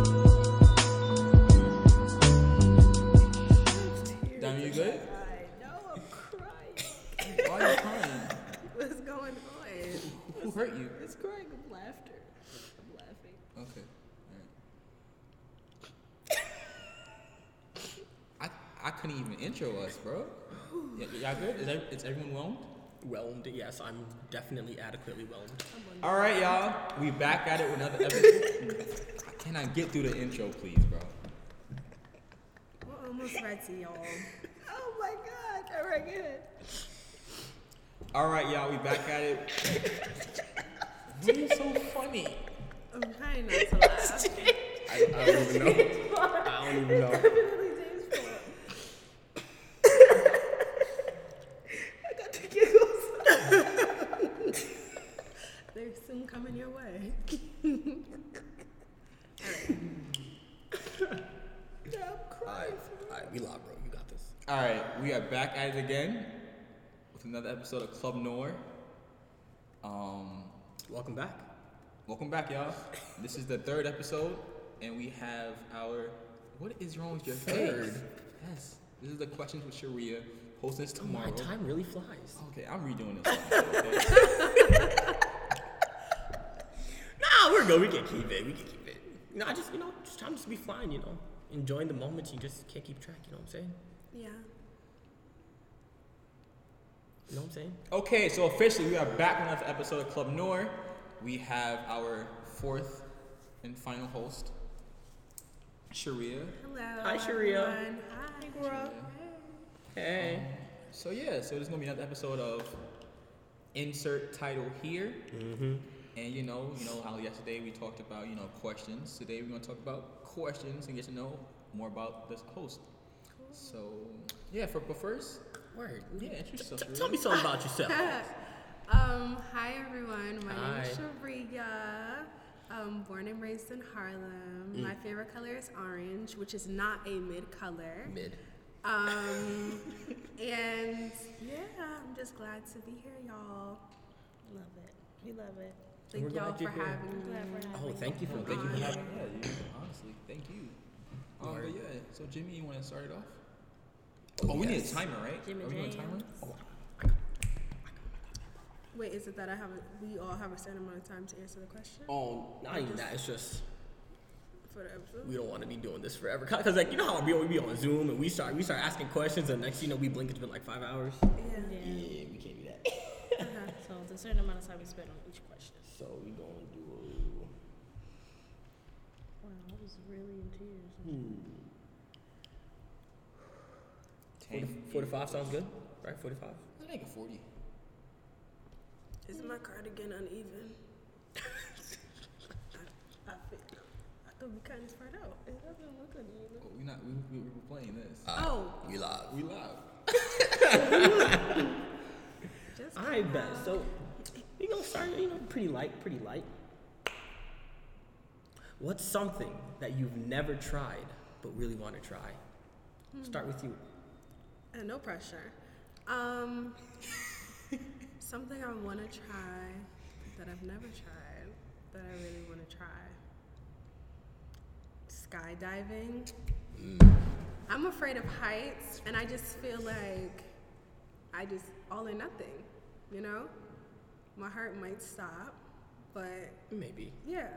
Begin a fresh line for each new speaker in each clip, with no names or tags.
won't hurt you.
It's crying of laughter. I'm laughing.
Okay. Alright. I I couldn't even intro us, bro. Y- y'all good? Is, ev- is everyone whelmed?
Whelmed, yes, I'm definitely adequately whelmed.
All right, y'all. We back at it with another episode. Can I get through the intro, please, bro?
We're almost ready, y'all.
Oh my god. All right, go ahead.
All right, y'all. We back at it. What is so funny?
I'm trying not to laugh.
I, I don't even know. I don't even know.
Definitely James Bond. I got the giggles.
They're soon coming your way.
Yeah, I'm
All right,
crying.
all right, we live, bro. You got this.
All right, we are back at it again with another episode of Club Noir. Um,
Welcome back.
welcome back, y'all. This is the third episode, and we have our. What is wrong with your
Third?
face? Yes. This is the questions with Sharia. Hosting this
Oh My
tomorrow.
time really flies.
Okay, I'm redoing this. okay?
Nah, we're good. We can keep it. We can keep it. You know, I just, you know, just time just be flying. You know, enjoying the moments. You just can't keep track. You know what I'm saying?
Yeah.
You know what I'm saying?
Okay, so officially we are back with another episode of Club Noir. We have our fourth and final host, Sharia.
Hello.
Hi, Sharia.
everyone. Hi, girl.
Hey.
So yeah, so there's gonna be another episode of insert title here.
Mm-hmm.
And you know, you know how yesterday we talked about you know questions. Today we're gonna talk about questions and get to know more about this host. So yeah, for but first,
Word.
yeah, introduce
T-
yourself.
tell
Sharia.
me something about yourself.
um, hi, everyone. My name is
Hi.
Sharia. Um, born and raised in Harlem.
Mm.
My favorite color is orange, which is not a mid color.
Mid.
Um, and yeah, I'm just glad to be here, y'all.
Love it. We love it.
Thank
We're
y'all
glad
for
you're here.
having me.
Glad we're having
Oh, thank you for
Thank you for
that.
having yeah, you, honestly, thank you. Um, but
Word.
yeah, so Jimmy, you want to start it off? Oh, we need a timer, right?
Jimmy
Are we doing a
Jam.
timer?
Wait, is it that I have a, we all have a certain amount of time to answer the question
Oh, not even that. It's just
for the episode?
we don't want to be doing this forever. Cause 'cause, like you know how we we be on Zoom and we start we start asking questions and next you know we blink it's been like five hours.
Yeah.
Yeah. Uh-huh.
Yeah, we can't do that.
So it's a certain amount of time we spend on each question.
So we gonna do.
Wow, I was really in tears.
Forty- 45 sounds good, right? 45.
Let's make it 40.
Is my cardigan uneven? I, I, feel, I thought we cut this part out.
It doesn't look good either.
Oh, we not, we, we, we're playing this.
oh,
We live.
We live.
just
I bet. So we gonna start you know pretty light, pretty light. What's something that you've never tried but really want to try? Start with you.
uh, no pressure. Um, something I want to try that I've never tried that I really want to try. Skydiving.
Mm.
I'm afraid of heights, and I just feel like I just all or nothing. You know, my heart might stop, but
Maybe.
Yeah.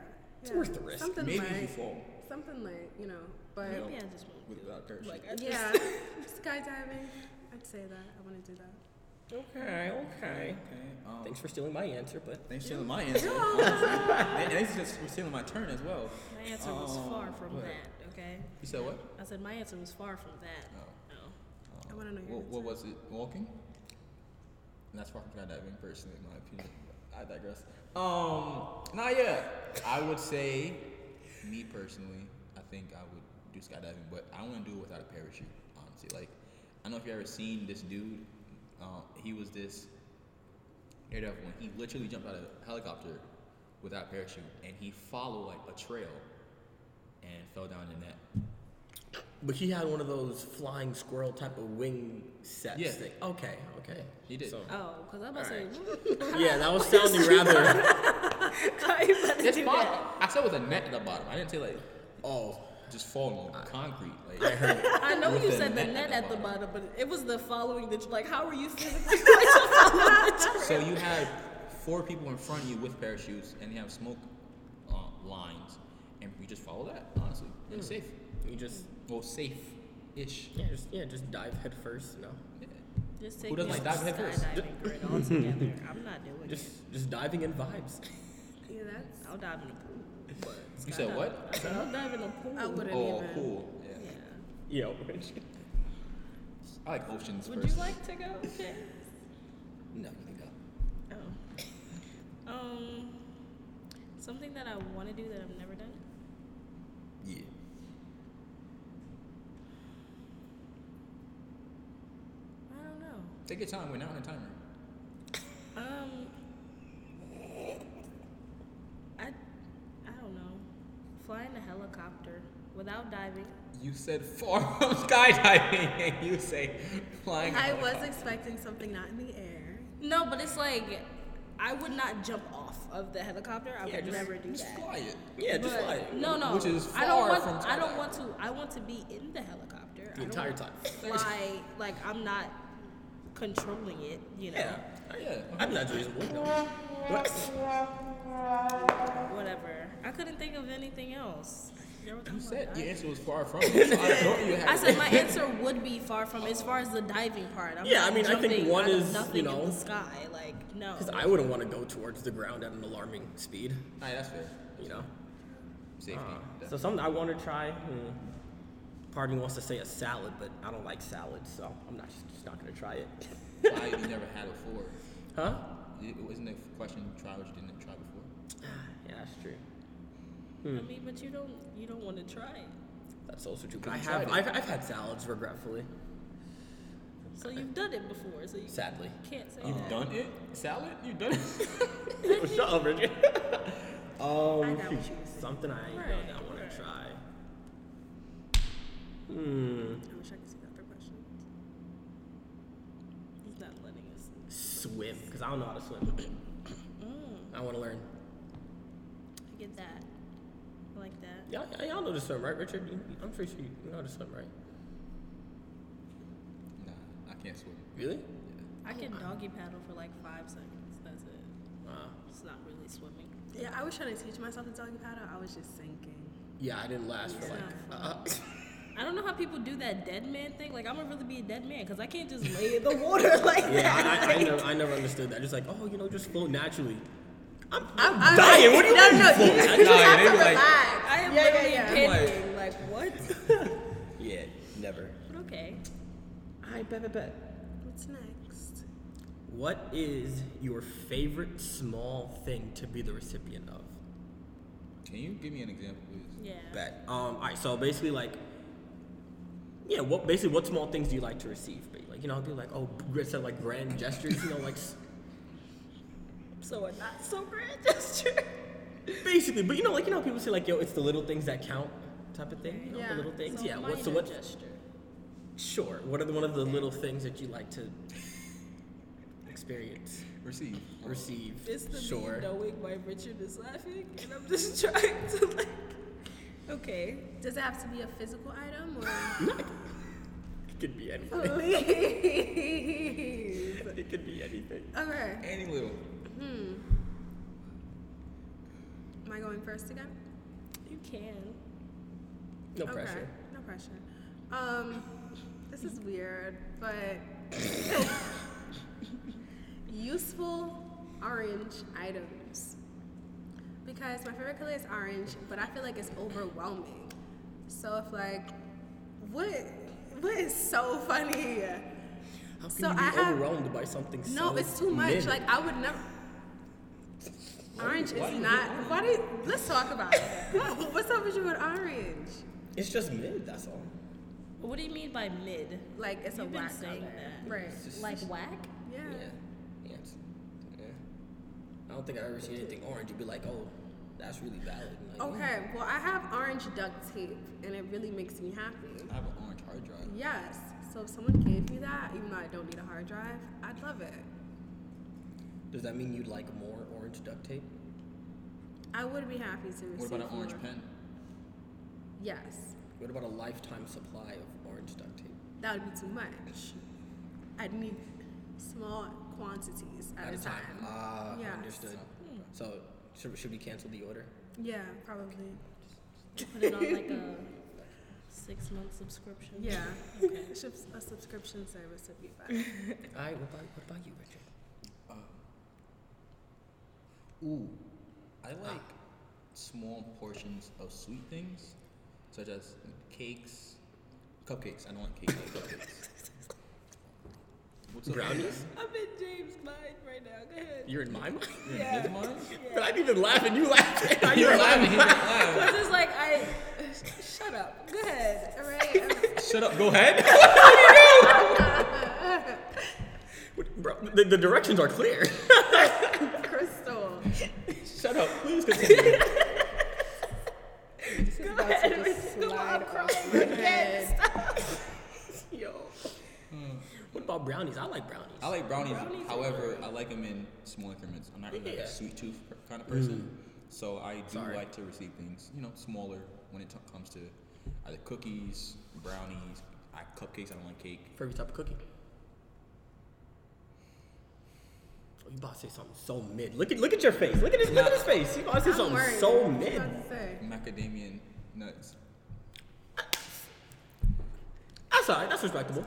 It's
yeah.
worth the risk.
Something
Maybe
like,
if you fall uh,
Something like, you know, but
You know,
Maybe I just won't.
without parachute.
Like, I just,
yeah, skydiving. I'd say that. I want to do that.
Okay. Okay.
okay, um,
Thanks for stealing my answer, but
thanks for stealing my answer.
No.
and thanks just for stealing my turn as well.
my answer was
Um,
far from
what?
that, okay?
You said what?
I said my answer was far from that.
Oh.
No.
I wanna know your
What, what was it? Walking? And that's fucking skydiving, personally, in my opinion. I digress. Um, nah, yeah. I would say, me personally, I think I would do skydiving, but I want to do it without a parachute, honestly. Like, I don't know if you ever seen this dude. Uh, he was this Daredevil when he literally jumped out of a helicopter without a parachute, and he followed like a trail and fell down in that.
but he had one of those flying squirrel type of wing sets.
Yeah.
Thing. Okay. Okay.
He did.
So-
Oh, because I'm about to say,
yeah, that was sounding rather.
how you about to
It's
do
fine.
that?
I said with a net at the bottom. I didn't say like
Oh,
just falling on concrete. Like
I heard. it.
I know you
With the
said the
net at
net at
the
the bottom, but it was the following that you like. How were you physically? going to follow the
so you had four people in front of you with parachutes, and they have smoke uh, lines, and we just follow that. Honestly, it's safe.
You just
Well, safe, ish.
yeah, just yeah, just dive head first, you know.
Just take
Who doesn't
me
like dive
off
head first?
skydiving grid altogether. I'm not doing
Just
it.
just diving in vibes.
Yeah, that's.
I'll dive in the pool.
You said
Skydiving.
what?
I said I'll dive in the pool.
I wouldn't
Oh,
even.
cool. Yeah.
Yeah.
Yo,
I like oceans
Would
first.
you like to go? Jay?
No, you can go.
Oh. Um. Something that I want to do that I've never done.
Yeah.
I don't know.
Take your time. We're not on a timer.
Um. I. I don't know. Flying a helicopter without diving.
You said far from skydiving, and you say flying.
I
helicopter.
was expecting something not in the air.
No, but it's like I would not jump off of the helicopter. I
Yeah,
would
just-
never do
Just
that.
fly it.
yeah, just
But-
like
no, no.
Which is
I don't
far
want.
from
I don't want to. I want to be in the helicopter.
the
I don't
entire
want
time.
to Fly like I'm not controlling it. You know,
Yeah,
Yeah.
I'm not reasonable. No. What?
whatever. I couldn't think of anything else. Y'all were
You
talking
said
about
your
diving.
answer was far from. it, so Oh I thought you had
I said my answer would be far from as far as the diving part. I'm
Yeah,
not
I mean, I think
jumping
one
out of
is, you
nothing
know,
in the sky. Like no,
Because I wouldn't want to go towards the ground at an alarming speed,
Alright, that's fair.
you know.
Safety.
Uh, So something I want to try. Hmm, part of me wants to say a salad, but I don't like salads, so I'm not just, just not gonna try it.
Why have you never had it before?
Huh?
It wasn't a question try what you didn't try before.
Yeah, that's true.
I
Hmm.
mean, but you don't you don't want to try it.
That's also true. 'cause I
Couldn't
have
try it.
I've, I've had salads regretfully,
So you've done it before. So you
sadly.
can't say
You've
Uh,
that.
done it? Salad? You've done it?
Shut up, Richard.
I got
um,
what you were saying.
something I ain't done that I want
Right, right.
to try. Hmm.
I wish I could see the other question.
He's not letting us.
Swim, because I don't know how to swim.
Mm.
I want to learn.
I get that. I like that.
Y'all, y'all- y'all know to swim, right, Richard? You- I'm pretty sure you you know how to swim, right?
nah, I can't swim.
Really?
I can doggy paddle for like five seconds. That's it.
Wow.
It's not really swimming.
Yeah, I was trying to teach myself to doggy paddle. I was just sinking.
Yeah, I didn't last for like. Uh,
I don't know how people do that dead man thing. Like I'm gonna really be a dead man because I can't just lay in the water like
yeah,
that.
I, I, I, never, I never understood that. Just like, oh, you know, just float naturally. I'm, I'm
I'm-
dying. What do you
no,
mean?
No, no, you,
float?
you
Nah,
just have
they
to
be like-
relax.
I am
yeah,
literally
yeah, yeah.
panicking. Like what?
Yeah, never.
But okay.
I bet, bet, bet.
What's next?
What is your favorite small thing to be the recipient of?
Can you give me an example, please?
Yeah.
Bet. Um, all right. So basically, like, yeah. What basically, what small things do you like to receive? But like, you know, be like, oh, it's uh, like grand gestures. You know, like s-
So a not so grand gesture.
basically. But you know, like, you know, people say like, yo, it's the little things that count, type of thing. You know,
Yeah,
the little things.
So
yeah. What, so
minor
what?
gesture?
Sure. What are the, one of the little things that you like to experience,
Receive.
receive?
It's the
sure.
me knowing why Richard is laughing, and I'm just trying to like. Okay.
Does it have to be a physical item or?
It could be anything.
Please.
It could be anything.
Okay.
Any little.
Am I going first again?
You can.
No pressure.
No pressure. Um, this is weird, but useful orange items. Because my favorite color is orange, but I feel like it's overwhelming. So if like, what, what is so funny?
How can
So
you be
I have-
overwhelmed by something so
No, it's too much.
minimal?
Like I would never. Orange
why
is
do you
not.
hate
Why do you, let's talk about it. What's up with you with orange?
It's just mid, that's all.
What do you mean by mid?
Like it's
You've
a
been
wax
saying
color.
that.
Right.
Like whack?
Yeah.
Yeah. Yeah. it's- yeah. I don't think I've ever seen anything orange. You'd be like, oh, that's really valid. and like,
Okay. Well, I have orange duct tape, and it really makes me happy.
I have an orange hard drive.
Yes. So if someone gave me that, even though I don't need a hard drive, I'd love it.
Does that mean you'd like more orange duct tape?
I would be happy to receive
What about an orange
more.
pen?
Yes.
What about a lifetime supply of orange duct tape?
That would be too much. I'd need small quantities at,
At a time. Ah,
Yes.
understood. So should, should we cancel the order?
Yeah, probably.
Put it on like a six month subscription.
Yeah.
Okay.
Subs- A subscription service would be better.
All right. What about what about you, Richard?
Ooh, I like small portions of sweet things, such as cakes, cupcakes. I don't like cakes. I like cupcakes. What's up?
Brownies?
I'm in James' mind right now. Go ahead.
You're in my mind,
You're
Yeah.
in his mind?
but I didn't even laugh and you laughed. Now
You're
You're
laughing. He's
laughing.
not laughing.
Because it's like, I. Shut up. Go ahead. All right.
Shut up. Go ahead.
What- Bro, the, the directions are clear.
I'm Crystal.
Shut up. Please continue.
This is about to just slide off my head.
Yo. What about brownies? I like brownies.
I like brownies.
Brownies are
However, I like them in small increments. I'm not really like
Yeah.
a sweet tooth per- kind of person.
Mm.
So I do
Sorry.
like to receive things, you know, smaller when it t- comes to either cookies, brownies, I, cupcakes. I don't like cake.
Favorite type of cookie? Oh, you about to say something so mid. Look at look at your face. Look at his look at his face. You about to say
I'm
something
worried.
so
What you
mid.
about to say?
Macadamia nuts.
That's alright. That's respectable.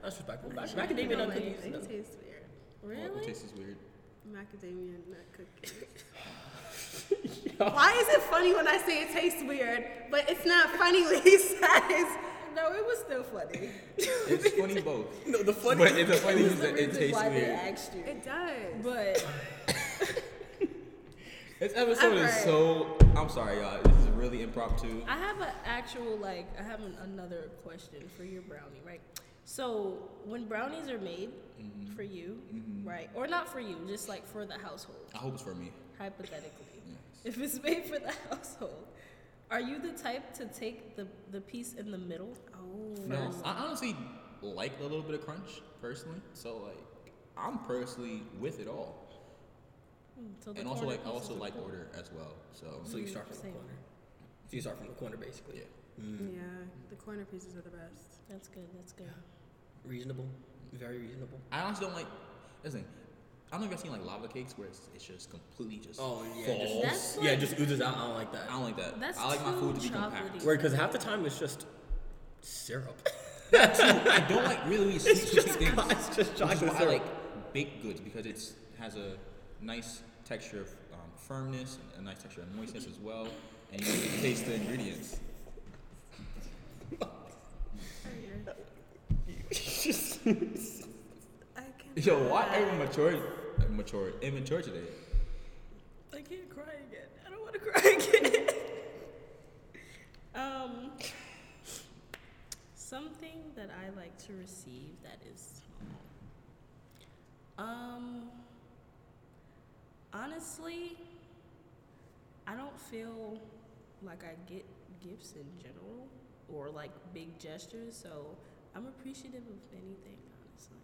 That's respectable. Mac- Macadamia nut
Like,
cookies.
They
no.
taste weird.
Well, it
Really?
tastes weird.
Macadamia nut cookies. Why is it funny when I say it tastes weird, but it's not funny when he says? No, it was still funny.
It's funny both.
No, the funny.
But it's the funny is that it
Reason
tastes
why they
weird.
asked you.
It does.
But
This episode is
Alright.
so. I'm sorry, y'all. This is really impromptu.
I have an actual like I have an, another question for your brownie, right? So when brownies are made
Mm-hmm.
for you, right, or not for you, just like for the household,
I hope it's for me.
hypothetically,
Yes.
if it's made for the household, are you the type to take the the piece in the middle?
Oh,
No, I honestly like a little bit of crunch personally. So like, I'm personally with it all.
Mm, So the
and also
corner
like I
pieces
also
are
like
cool.
order as well. So,
So you start from the
Same.
corner. So you start from the corner basically.
yeah,
yeah, the corner pieces are the best.
That's good. That's good.
Reasonable. Very reasonable.
I honestly don't like. Listen, I don't know if you've seen like lava cakes where it's, it's just completely just.
Oh yeah. Just,
falls.
That's
yeah,
like-
just oozes out. I don't like
I
that.
don't like that.
That's
I like my
too
food to be compact.
chocolatey.
Wait, because half the time it's just syrup.
I don't like really sweet
It's
sweet
just-
things.
it's just
Which is
chocolate
why I
syrup.
like baked goods because it's has a nice texture of um, firmness and a nice texture of moistness as well, and you can taste the ingredients.
I can.
Yo, why everyone mature, mature, immature today?
I can't cry again. I don't want to cry again. um, something that I like to receive that is small. Um, honestly, I don't feel like I get gifts in general or like big gestures, so I'm appreciative of anything, honestly.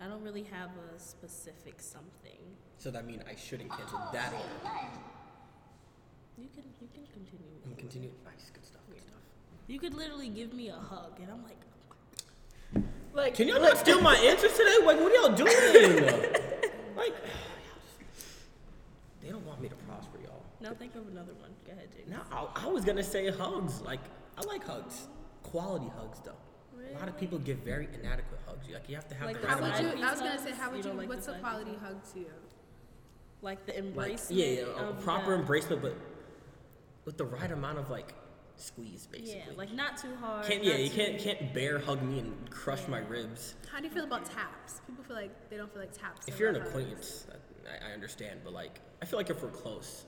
I don't really have a specific something.
so that means I shouldn't cancel that order.
You can you can continue.
I'm continuing. Nice, good stuff. Good stuff.
You could literally give me a hug, and I'm like,
Like, can y'all not steal my answers today? Like, what are y'all doing? like, they don't want me to prosper, y'all.
now think of another one. Go ahead, Jake.
No, I, I was gonna say hugs. Like, I like hugs. Quality hugs, though. A lot of people give very inadequate hugs. Like, you have to have
Like
the
How
right
would
the
amount.
side
you? I was gonna
piece
say, how
hugs?
would you?
You don't like
what's a
the side
quality
piece
hug to you?
Like the
like,
embrace.
yeah, yeah, a
of
proper
the-
embracement, but with the right amount of like squeeze, basically.
Yeah, like not too hard.
can't,
not
yeah, you
too-
can't can't bear hug me and crush my ribs.
How do you feel about taps? People feel like they don't feel like taps.
If
are
you're an
about hugs.
acquaintance, I, I understand, but like, I feel like if we're close,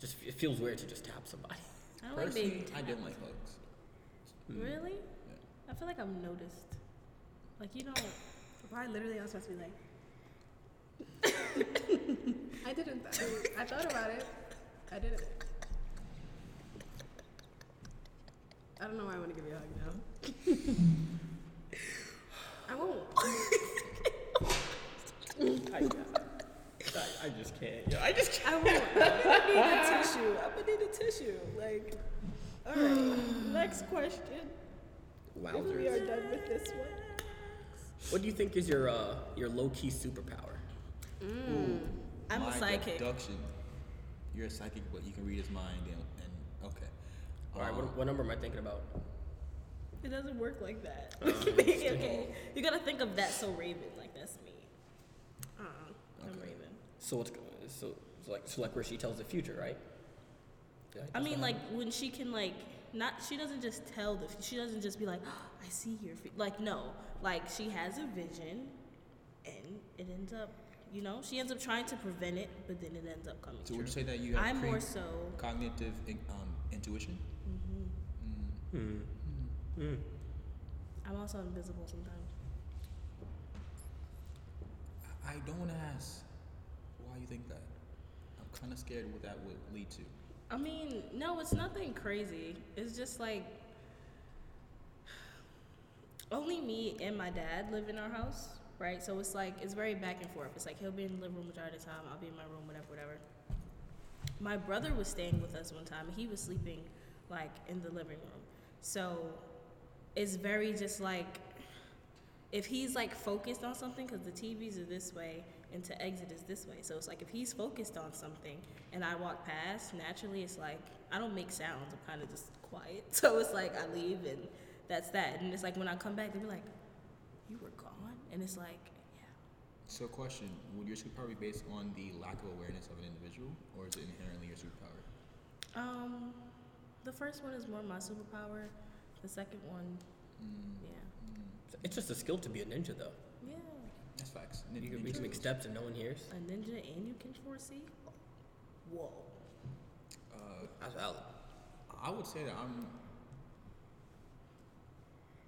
just it feels weird to just tap somebody.
I don't like
Personally,
being.
I don't like hugs.
Hmm.
Really? I feel like I'm noticed. Like you don't.
Why literally I was supposed to be like I didn't th- I thought about it. I didn't I don't know why I want to give you a hug now. I won't.
I, I just can't. Yo, I just can't.
I won't. I'm gonna need a tissue. I'm gonna need a tissue. Like Alright. Next question.
Wowzers.
done with this one.
What do you think is your uh, your low key superpower?
I'm a
My
psychic.
Deduction. You're a psychic, but you can read his mind and, and okay.
All right, what, what number am I thinking about?
It doesn't work like that.
Oh,
okay, you gotta think of that. So Raven, like that's me. Uh, uh I'm
Okay.
Raven.
So what's so, so like so like where she tells the future, right? Yeah,
I
that's
mean,
what
like when she can, like not she doesn't just tell the she doesn't just be like I see your fe-. like no like she has a vision, and it ends up you know she ends up trying to prevent it, but then it ends up coming
So
true.
would you say that you have
I'm more
pre-
so
cognitive in, um, intuition?
Mm-hmm.
Hmm,
Mm-hmm.
I'm also invisible sometimes.
I- I don't want to ask why you think that. I'm kind of scared what that would lead to.
I mean, no, it's nothing crazy. It's just like only me and my dad live in our house, right? So it's like it's very back and forth. It's like he'll be in the living room majority of the time, I'll be in my room, whatever, whatever. My brother was staying with us one time and he was sleeping like in the living room. So it's very just like if he's like focused on something because the tvs are this way and to exit is this way so it's like if he's focused on something and i walk past naturally it's like i don't make sounds i'm kind of just quiet so it's like i leave and that's that and it's like when i come back they'll be like you were gone and it's like yeah
So, question: Would your superpower be based on the lack of awareness of an individual, or is it inherently your superpower?
um the first one is more my superpower the second one
Mm-hmm.
yeah
I'm- It's just a skill to be a ninja, though.
yeah
That's facts. Nin-
You can
ninja
reach make
skills.
steps and no one hears.
a ninja and you can foresee whoa
Uh,
That's valid.
I would say that I'm.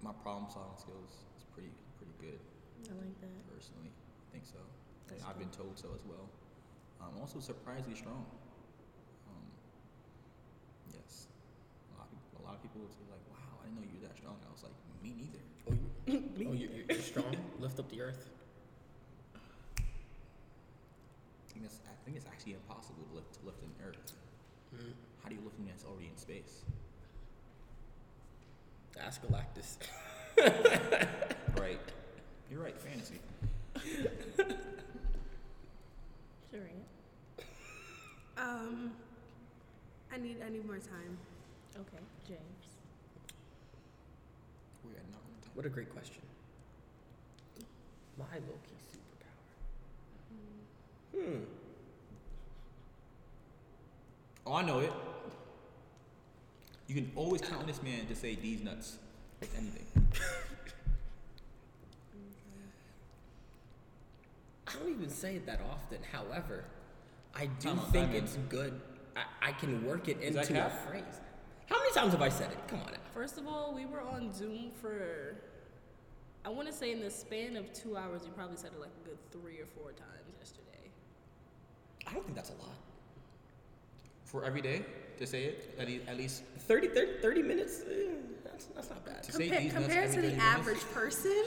My problem solving skills is pretty pretty good
i like that
personally. I think so. And
That's
I've been told so as well. I'm also surprisingly strong. Um, yes, a lot, of people, a lot of people would say like, "Wow, I didn't know you were that strong." I was like, "Me neither."
Oh, you, oh, you, you- you're strong. Lift up the earth.
I think, that's, I think it's actually impossible to lift to lift an Earth.
Hmm.
How do you lift something that's already in space?
Ask Galactus.
Right. You're right. Fantasy.
sure yeah.
Um, I need I need more time.
Okay, James.
We are not on time.
What a great question. My low key superpower. Hmm.
Oh, I know it. You can always count on this man to say these nuts. If anything.
I don't even say it that often. However, I do
Time out,
think
time in.
it's good. I, I can work it
Is that
into a
cap?
phrase. How many times have I said it? Come on. now.
First of all, we were on Zoom for, I want to say in the span of two hours, you probably said it like a good three or four times yesterday.
I don't think that's a lot.
For every day to say it, at, le- at least
30, 30, 30 minutes? eh, that's, that's not bad.
to say
Compa-
these nuts
compared to
every day
the
is-
average person,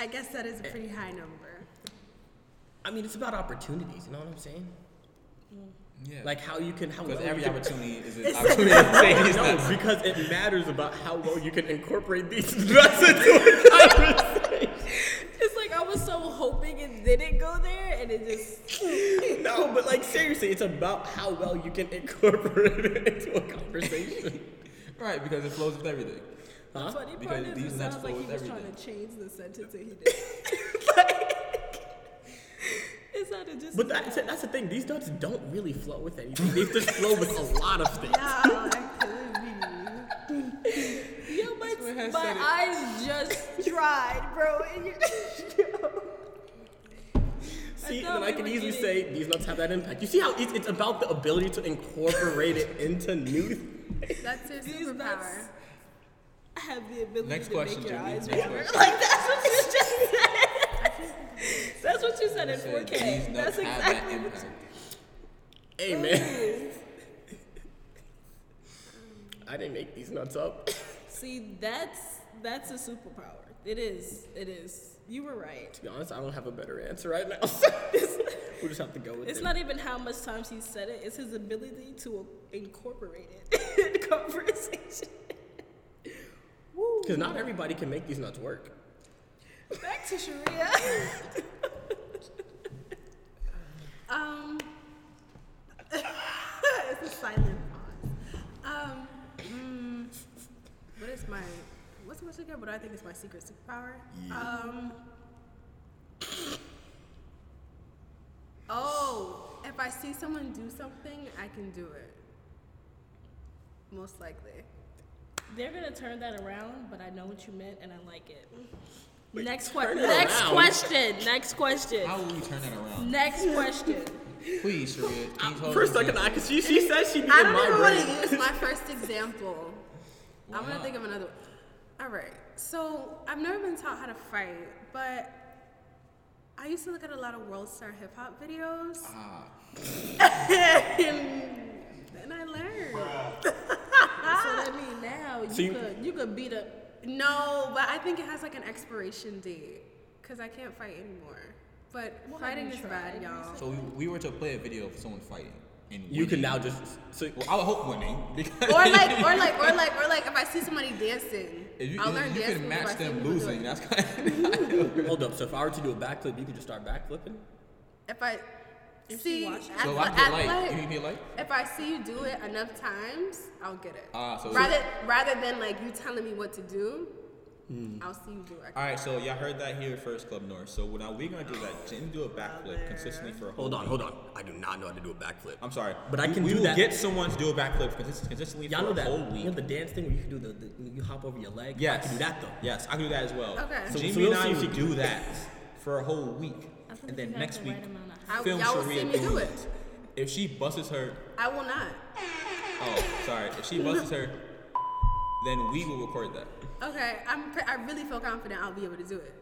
I guess that is a pretty high number.
I mean, it's about opportunities. You know what I'm saying?
Yeah.
Like how you can, how well
because
you
every
can-
opportunity is an opportunity to say these
No,
nuts.
because it matters about how well you can incorporate these nuts into a conversation.
It's like I was so hoping it didn't go there, and it just.
No, but like seriously, it's about how well you can incorporate it into a conversation.
Right, because it flows with everything.
Huh?
Funny
Because
part is,
these
it
nuts
sounds like
flow
he
with
was trying
everything.
to change the sentence and he did. like, it sounded just.
But that's, that's the thing. These nuts don't really flow with anything. They just flow with a lot of things.
Yeah, I could be.
yo, my,
what I
my
said it.
eyes just dried, bro. And you
See,
thought
and then I
we
can
were
easily
getting-
say these nuts have that impact. You see how it's, it's about the ability to incorporate it into new.
That's your
These nuts-
superpower.
I have the ability
Next
to
question,
make your
Jimmy.
eyes
Next
water.
question.
Like that's what you just said. that's what you said in
Said
4K.
these nuts
That's
have
exactly
that
what
impact.
Hey
you
man, I didn't make these nuts up.
See, that's that's a superpower. It is. It is. You were right.
To be honest, I don't have a better answer right now. we just have to go with
It's
it.
not even how much times he said it. It's his ability to incorporate it in conversation.
Because not everybody can make these nuts work.
Back to Sharia. um, it's a silent pause. Um, mm, what is my what's my secret? What do I think is my secret superpower? Um. Oh, if I see someone do something, I can do it. Most likely.
They're gonna turn that around, but I know what you meant and I like it. next question. Next
around?
question. Next question.
How will you turn that around?
Next question.
Please, Sharia. Can you tell
For a
us
second,
this?
I could she she said she needed
I don't
my
even
brain.
want to use my first example. I'm
Why
gonna
not?
think of another one. All right. So I've never been taught how to fight, but I used to look at a lot of world star hip hop videos,
Ah,
and then I learned.
So that mean now you,
So you-
could you could beat up
No, but I think it has like an expiration date because I can't fight anymore. But
Well, have
fighting
you
is
tried
bad, y'all.
so we, we were to play a video of someone fighting, and
You
winning.
can now just so
Well, I would hope winning because
Or like, or like, or like, or like, if I see somebody dancing,
if you,
I'll
if
learn
you
dancing.
can
if I
match
see
them
people do it.
losing. That's kind of
hold up. So if I were to do a backflip, you could just start backflipping.
If I
If
see,
she watches.
athle-
so. I can
athlete-
like you can be like
if I see you do it enough times, I'll get it.
Ah, so-
rather rather than like you telling me what to do,
Hmm.
I'll see you do it.
All right, so y'all heard that here first, Club North. So now we're gonna do that. Jen do a backflip consistently for a whole.
Hold on, hold on. I do not know how to do a backflip.
I'm sorry,
But I
We-
can
we
do
will
that.
get someone to do a backflip consist- consistently
Y'all
for
know
a
that
whole
you
week.
know the dance thing where you can do the, the you hop over your leg. I
Yes,
can do that though.
Yes, I can do that as well.
Okay. So-
So,
so
Jamie
we'll
and I
see if
will
she can-
do that for a whole week,
I think
and
you
then
got
next
the
week,
right amount of-
I-
film
y'all will
Sharia
see me do
doing
it.
it. If she busts her,
I will not.
oh, sorry. If she busts her, then we will record that.
Okay, I'm. Pre- I really feel confident I'll be able to do it.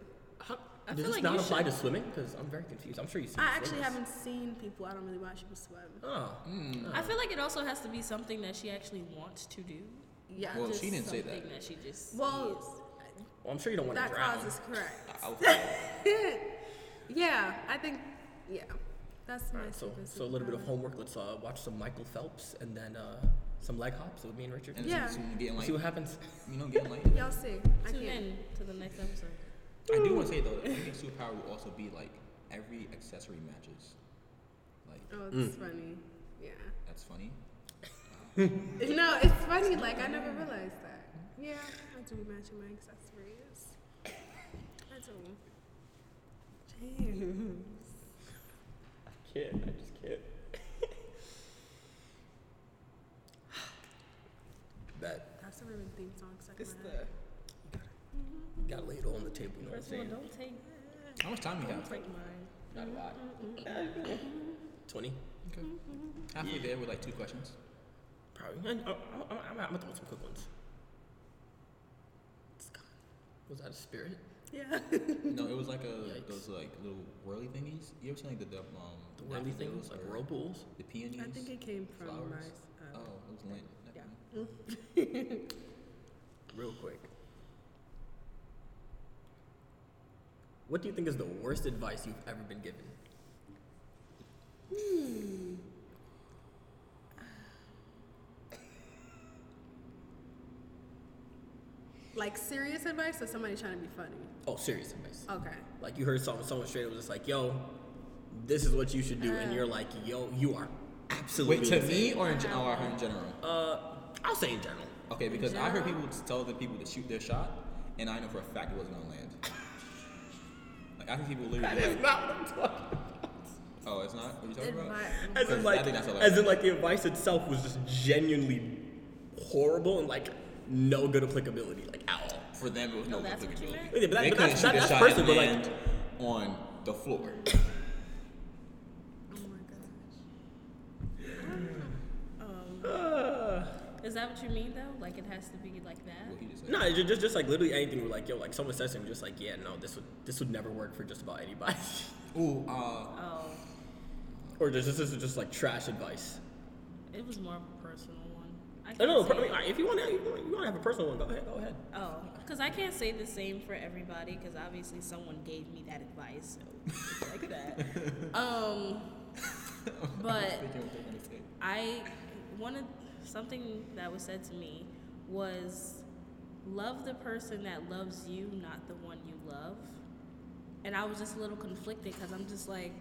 How-
I
Does
feel
this
like
not
you
apply
should-
to swimming? Because I'm very confused. I'm sure you see.
I actually
swimmers.
haven't seen people. I don't really watch people swim.
Oh,
Mm.
I feel like it also has to be something that she actually wants to do.
Yeah.
Well,
Just
she didn't say that.
something she just
Well,
well, I'm sure you don't want to
that
drown.
clause is correct.
I'll-
yeah, I think. Yeah, that's my.
Alright, so
super
so a little bit of
superpower.
homework. Let's uh, watch some Michael Phelps and then uh, some leg hops with me and Richard.
and
Yeah.
so- so we're getting like
See what happens.
you know getting like.
Y'all see. I
Tune
can't.
in to the next episode.
I do want to say though, I think superpower will also be like every accessory matches. Like
Oh, that's funny. Yeah.
that's funny.
No, it's funny. Like I never realized that. Yeah, I do match my accessories. I do. James.
I can't. I just can't. Bet.
That's a Raven theme song. Stuck
It's
in my head.
Got to lay it all on the table. You know what I'm
First of all,
saying?
don't take
How much time we
don't
have?
take mine.
Not a lot. Twenty.
Okay. Mm-hmm. Halfway there with like two questions.
Probably. And, uh, I- I- I'm, I'm gonna throw some quick ones. It's gone. Was that a spirit?
Yeah.
No, it was like a
Yikes.
those like little whirly thingies. You ever seen like the, the um
The whirly thing,
daffodils
like
or
rope balls.
the peonies?
I think it came from
Flowers.
my.
oh,
Um,
it was lint. Never
yeah.
mind.
Real quick. What do you think is the worst advice you've ever been given?
Like serious advice or somebody trying to be funny?
Oh, serious advice.
Okay.
Like you heard someone, someone straight up was just like, "Yo, this is what you should do," and you're like, "Yo, you are absolutely."
Wait, to
insane."
me or in, gen- or in general?
Uh, I'll say in general.
Okay, because I heard people t- tell other people to shoot their shot, and I know for a fact it wasn't on land. like I think people literally. do that.
not what I'm talking.
oh, it's not. What are you talking
It
about?
might-
As in, like,
I think that's all I
as in, like, the advice itself was just genuinely horrible and like no good applicability, like at all.
For them, it was no
Oh, that's what you
applicability.
meant?
Yeah, but that-
they
but
couldn't
that's-
shoot
that-
a
that's
shot and
personal, but, like-
land on the floor.
Oh my gosh.
uh,
Is that what you mean though? Like it has to be like that?
What he just said.
No, it's ju- just just like literally anything. Where like yo, like someone says something, just like yeah, no, this would this would never work for just about anybody.
Ooh, uh,
Oh,
or just this is just like trash advice.
it was more of a personal one. I
No,
can't
no,
say-
per- I mean, alright, if you want to, you want to have a personal one. Go ahead, go ahead.
Oh, because I can't say the same for everybody because obviously someone gave me that advice, so like that. Um, but
thinking what they're gonna say.
I one of something that was said to me was love the person that loves you, not the one you love. And I was just a little conflicted because I'm just like,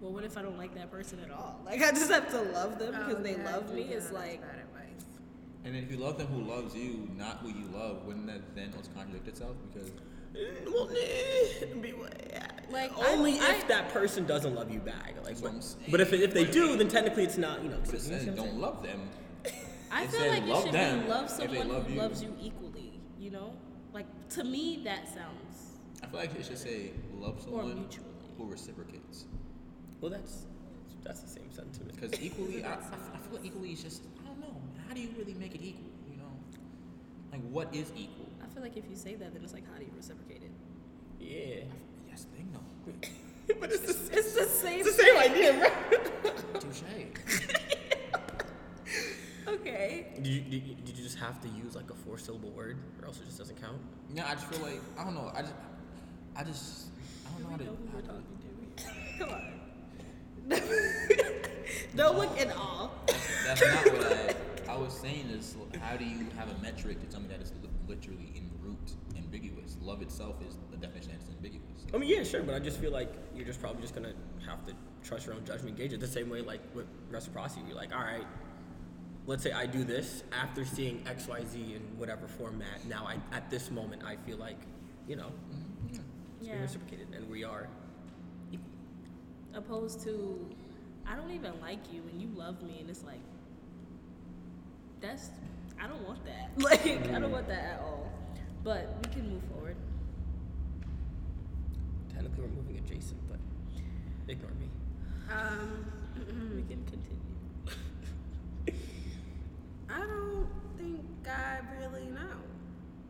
well, what if I don't like that person at all? Like, I just have to love them because
Oh,
they
yeah,
love
yeah,
me. It's
that's
like,
bad advice.
And then if you love them who loves you, not who you love, wouldn't that then also contradict itself? Because
Well, eh, be-
Like,
only
I-
if
I-
that person doesn't love you back. Like,
That's
but,
what I'm saying.
but if if they do, then technically it's not. You know,
but it
it's- you know
says
what I'm
don't
saying?
love them.
I
It
feel
says
like it
love
should
them
be love
if they
someone
love
who
you.
loves you equally, you know? Like, to me, that sounds
I feel like it should say love
more
someone
mutually.
who reciprocates.
Well, that's that's the same sentiment.
Because equally, I, I f- I feel like equally is just I don't know. How do you really make it equal? You know, like what is equal?
I feel like if you say that, then it's like, how do you reciprocate it?
Yeah,
Yes, thing though.
but it's the,
It's the same.
it's the same idea, right?
Touche.
Okay.
Did you, did, you- did you just have to use like a four syllable word, or else it just doesn't count?
No, I just feel like I don't know. I just, I just, I don't know how to. how to-
Come on. Don't look at all.
That's not what I. I was saying is how do you have a metric to something that is li- literally in root ambiguous? Love itself is the definition that's ambiguous.
I mean, yeah, sure, but I just feel like you're just probably just gonna have to trust your own judgment gauge. It's the same way, like with reciprocity, you're like, all right, let's say I do this after seeing X, Y, Z in whatever format. Now, I at this moment, I feel like, you know, it's being
Yeah.
reciprocated, and we are.
Opposed to, I don't even like you and you love me, and it's like, that's, I don't want that. Like, I don't want that at all. But we can move forward.
Technically, we're moving adjacent, but ignore me.
Um,
We can continue.
I don't think I really know.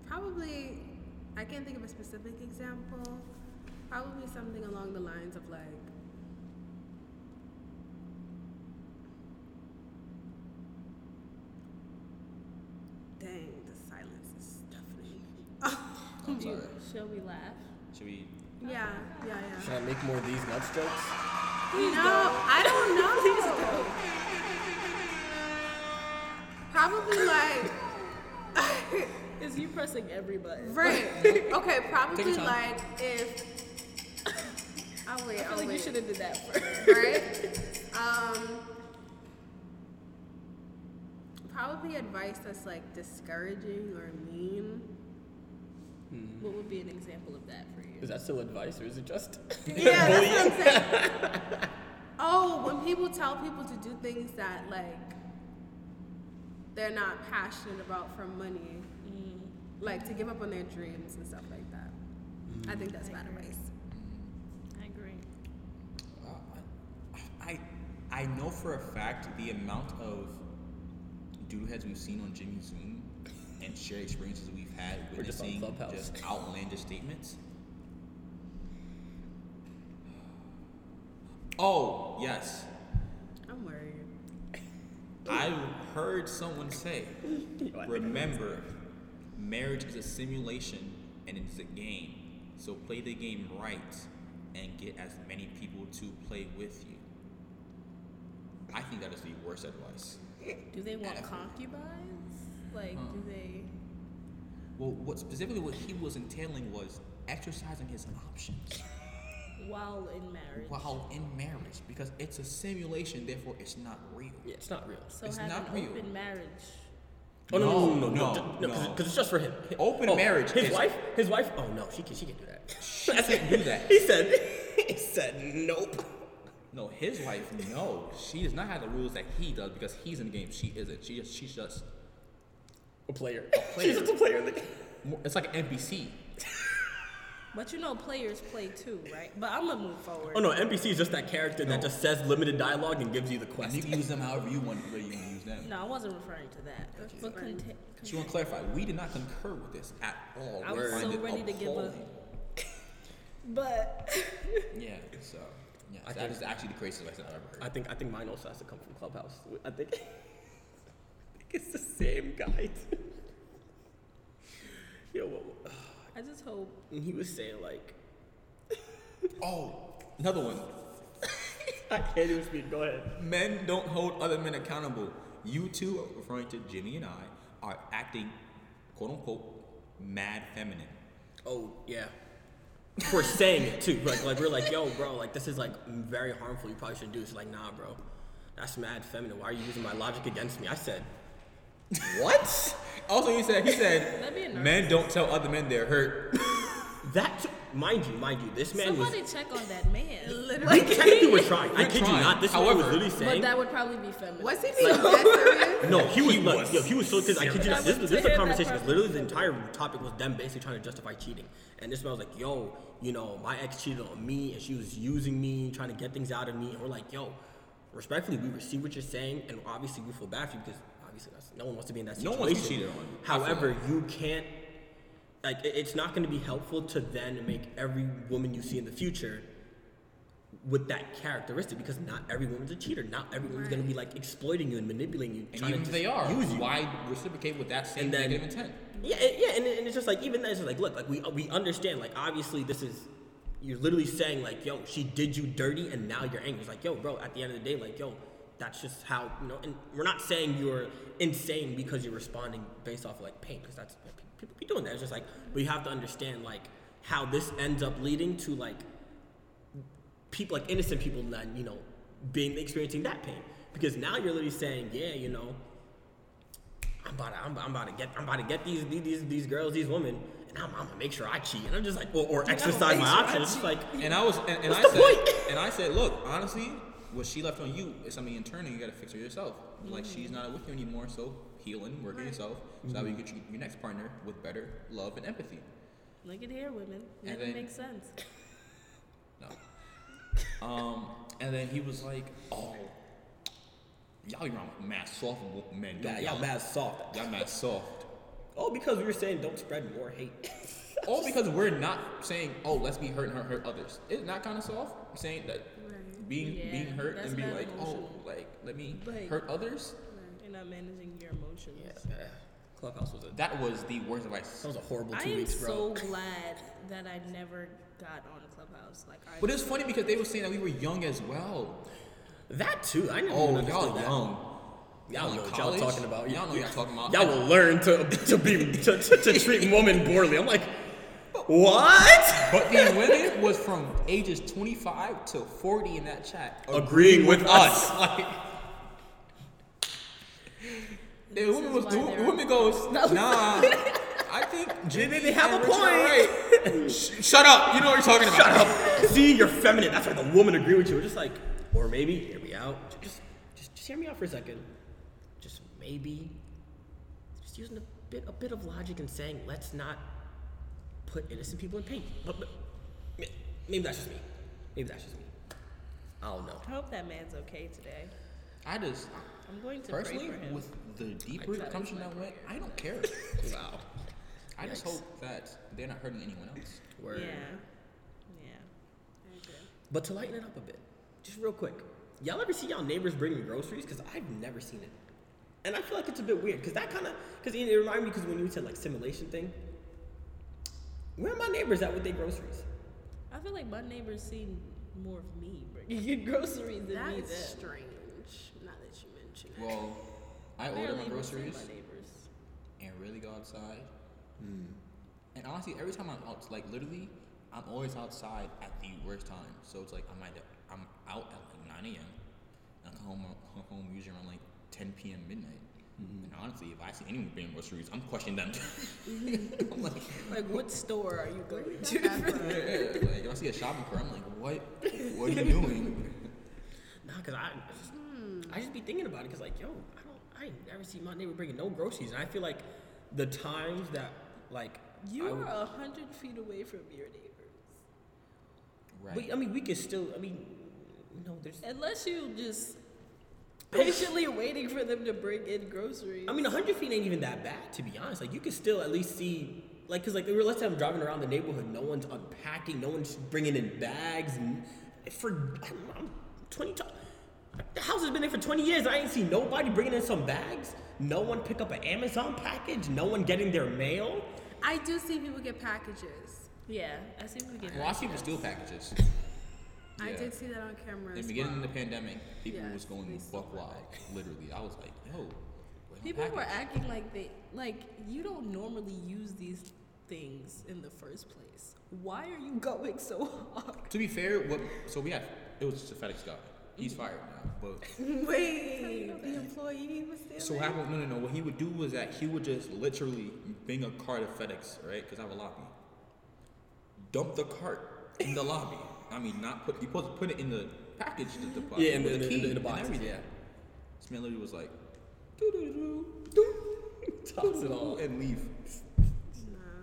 Probably, I can't think of a specific example. Probably something along the lines of like, dang, the silence is deafening.
I'm
Do you-
sorry.
Shall we laugh?
Should we?
yeah, yeah, yeah.
Should I make more of these nuts jokes?
no, I don't know. Probably like.
Is you pressing every button?
Right. Okay,
Take your
probably
time.
like if I'll wait,
I feel
I'll
like you
wait.
should have did that first.
right? Um probably advice that's like discouraging or mean.
What would be an example of that for you?
Is that still advice, or is it just?
Yeah, that's what I'm saying. Oh, when people tell people to do things that like they're not passionate about for money,
Mm,
like to give up on their dreams and stuff like that. I think that's
I
bad
agree.
advice.
I agree.
Uh, I, I, I know for a fact the amount of dudeheads we've seen on Jimmy Zoom and shared experiences we've had
Or just on
witnessing
Clubhouse.
just, outlandish statements. Oh yes,
I'm worried.
I heard someone say, "Remember, marriage is a simulation and it's a game. So play the game right and get as many people to play with you." I think that is the worst advice.
Do they want
Effort.
concubines? Like, do they?
Well, what specifically what he was entailing was exercising his options
while in marriage.
while in marriage because it's a simulation, therefore it's not real.
Yeah, it's not real.
So
It's
have
not
an
real.
open marriage.
Oh no no no
No, no,
no because
no.
it's just for him.
Open
Oh,
marriage
His
is-
wife. His wife. Oh no, she can. She can do that. She
can't do that.
He said. He said nope.
No, his wife, no, she does not have the rules that he does because he's in the game. She isn't. She just, she's just.
A player.
player.
She's just a player in the game.
more- It's like an NPC.
But you know, players play too, right? But I'm gonna move forward.
Oh no, NPC is just that character that
No.
just says limited dialogue and gives you the
And
quest.
you can use them however you want. Where you want to use them.
No, I wasn't referring to that. But conti-
She want to clarify. We did not concur with this at all.
I
We
was
find
so
it
ready to give a-
appalling.
But
Yeah. So. Yeah.
I
that
think-
is actually the craziest advice I've ever heard.
I think. I think mine also has to come from Clubhouse. I think. I think it's the same guy. too. Yo, what, what-
I just hope
and he was saying like,
oh, another one.
I can't even speak. Go ahead.
Men don't hold other men accountable. You two, referring to Jimmy and I, are acting, quote unquote, mad feminine.
Oh yeah. for saying it too. Like, like we're like, yo, bro, like this is like very harmful. You probably shouldn't do this. Like, nah, bro, that's mad feminine. Why are you using my logic against me? I said,
What? Also, he said he
That'd be a
said
narcissist.
men don't tell other men they're hurt.
that. Mind you, mind you, this man
Somebody
was.
check on that man.
Like,
Literally.
technically, we're trying. I
We're
kid you
trying.
not. This man was
However-
literally
But
saying.
that would probably be feminine.
Was he being that serious?
No, he was.
He
look,
was
Yo, he was so because I kid you
serious.
not. This, this
To
is a
him,
conversation.
that part-
Literally, the entire topic was them basically trying to justify cheating. And this man was like, "Yo, you know, my ex cheated on me, and she was using me, trying to get things out of me." And we're like, "Yo, respectfully, we receive what you're saying, and obviously, we feel bad for you because obviously, that's, no one wants to be in that
No
situation."
one wants to be cheated on.
However, you can't. Like, it- it's not going to be helpful to then make every woman you see in the future with that characteristic because not every woman's a cheater. Not every woman's gonna be like exploiting you and manipulating you.
And
trying
even
to
if
just
they are,
use you.
why reciprocate with that same
And then-
negative intent?
Yeah, it- yeah, and, it- and it's just like even then, it's just like look, like we we understand. Like obviously, this is you're literally saying like, yo, she did you dirty, and now you're angry. It's like, yo, bro, at the end of the day, like, yo, that's just how you know. And we're not saying you're insane because you're responding based off like pain, because that's what pe- people be doing that. It's just like, but you have to understand like how this ends up leading to like people like innocent people not you know being experiencing that pain because now you're literally saying yeah you know I'm about to I'm, I'm about to get I'm about to get these these these, these girls these women and I'm, I'm gonna make sure I cheat and I'm just like or, or exercise my options It's just like
And I was, and, and I
What's the
said,
point?
and I said, look, honestly, what she left on you is something internal. You got to fix her yourself. Like she's not with you anymore, so healing, working yourself, so that way you
Mm-hmm.
get your, your next partner with better love and empathy.
Look at here, women.
And
Never
then-
makes sense.
No. Um, and then he was like, oh, y'all be around mad soft men.
yeah,
Don't
y'all mad soft
Y'all mad soft.
oh because we were saying don't spread more hate
All because we're not saying, oh, let's be hurt and hurt, hurt others. It's not kind of soft. I'm saying that
Right.
being
Yeah,
being hurt
that's
and be
not
like,
emotional.
oh, like let me
Like-
hurt others.
You're not managing your emotions.
clubhouse was a that
That was the worst advice.
was a horrible
I
two
am
weeks
so
bro
glad that I never got on Clubhouse. Like I.
But it's funny because they were saying that we were young as well.
that too I never even
Oh,
understood
y'all
that.
young.
Y'all
in
know what y'all
college?
talking about.
Y'all know what y'all talking about.
Y'all will learn to to be to, to, to treat women poorly. I'm like, what?
But the women was from ages 25 to 40 in that chat.
Agreeing with us.
Like, the woman
is
was
why
the, wo-
they're-
the woman goes, nah. I think Jimmy
they have
and
a
Richard
point.
are right. Sh- Shut up. You know what you're talking about.
Shut up. See, you're feminine. That's why the woman agree with you. We're just like, or maybe hear me out. Just just just hear me out for a second. Just maybe. Just using a bit a bit of logic and saying let's not put innocent people in pain. But, but may- maybe that's just me. Maybe that's just me. I don't know.
I hope that man's okay today.
I just,
I'm going to
personally,
pray for him.
with the deeper assumption that went, I don't care.
Wow.
I just
Yikes.
hope that they're not hurting anyone else.
yeah,
Word.
yeah.
But to lighten it up a bit, just real quick, y'all ever see y'all neighbors bringing groceries? Because I've never seen it, and I feel like it's a bit weird. Because that kind of, because it reminded me, because when you said like simulation thing, where are my neighbors at with their groceries?
I feel like my neighbors seen more of me bringing groceries than me.
That's
Then.
strange. Now that you mention it.
Well, I order
Barely
my
even seen
groceries
My neighbors.
and really go outside. And honestly, every time I'm out, like literally, I'm always outside at the worst time. So it's like I might I'm out at like 9 a.m. and I come home, come home usually around like 10 p.m. midnight. And honestly, if I see anyone bringing groceries, I'm questioning them. I'm like,
Like, what store are you going to?
yeah, like, if I see a shopping cart, I'm like, what? What are you doing?
Nah, because I, I just-
Hmm.
I just be thinking about it. Because like, yo, I don't, I never see my neighbor bringing no groceries, and I feel like the times that like
You
I
are
would-
a hundred feet away from your neighbors.
Right.
But, I mean, we could still. I mean, no, there's.
Unless you just patiently waiting for them to bring in groceries.
I mean, 100 feet ain't even that bad, to be honest. Like, you can still at least see, like, because, like, they were- let's say I'm driving around the neighborhood, no one's unpacking, no one's bringing in bags. And for, I don't know, I'm 20, to- the house has been there for 20 years. I ain't seen nobody bringing in some bags. No one pick up an Amazon package. No one getting their mail.
I do see people get packages.
yeah, I see what we get.
well, I see them steal packages.
I
Yeah.
did see that on camera.
In
as
the beginning
well.
of the pandemic, people
Yes,
was
they
going
still
buck
were.
wild. Literally, I was like, yo. where's my
People were
package?
acting like they like you don't normally use these things in the first place. Why are you going so hard?
To be fair, what so we had it was just a FedEx guy. He's fired now. But
Wait, the employee was still.
so what happened? No, no, no. What he would do was that he would just literally bring a cart of FedEx, right? Because I have a lobby. Dump the cart in the lobby. I mean, not put you supposed to put it in the package that the box
Yeah, in
with
the- in the- in the
and
box,
everything.
yeah.
This man literally was like,
Toss it all.
and leave.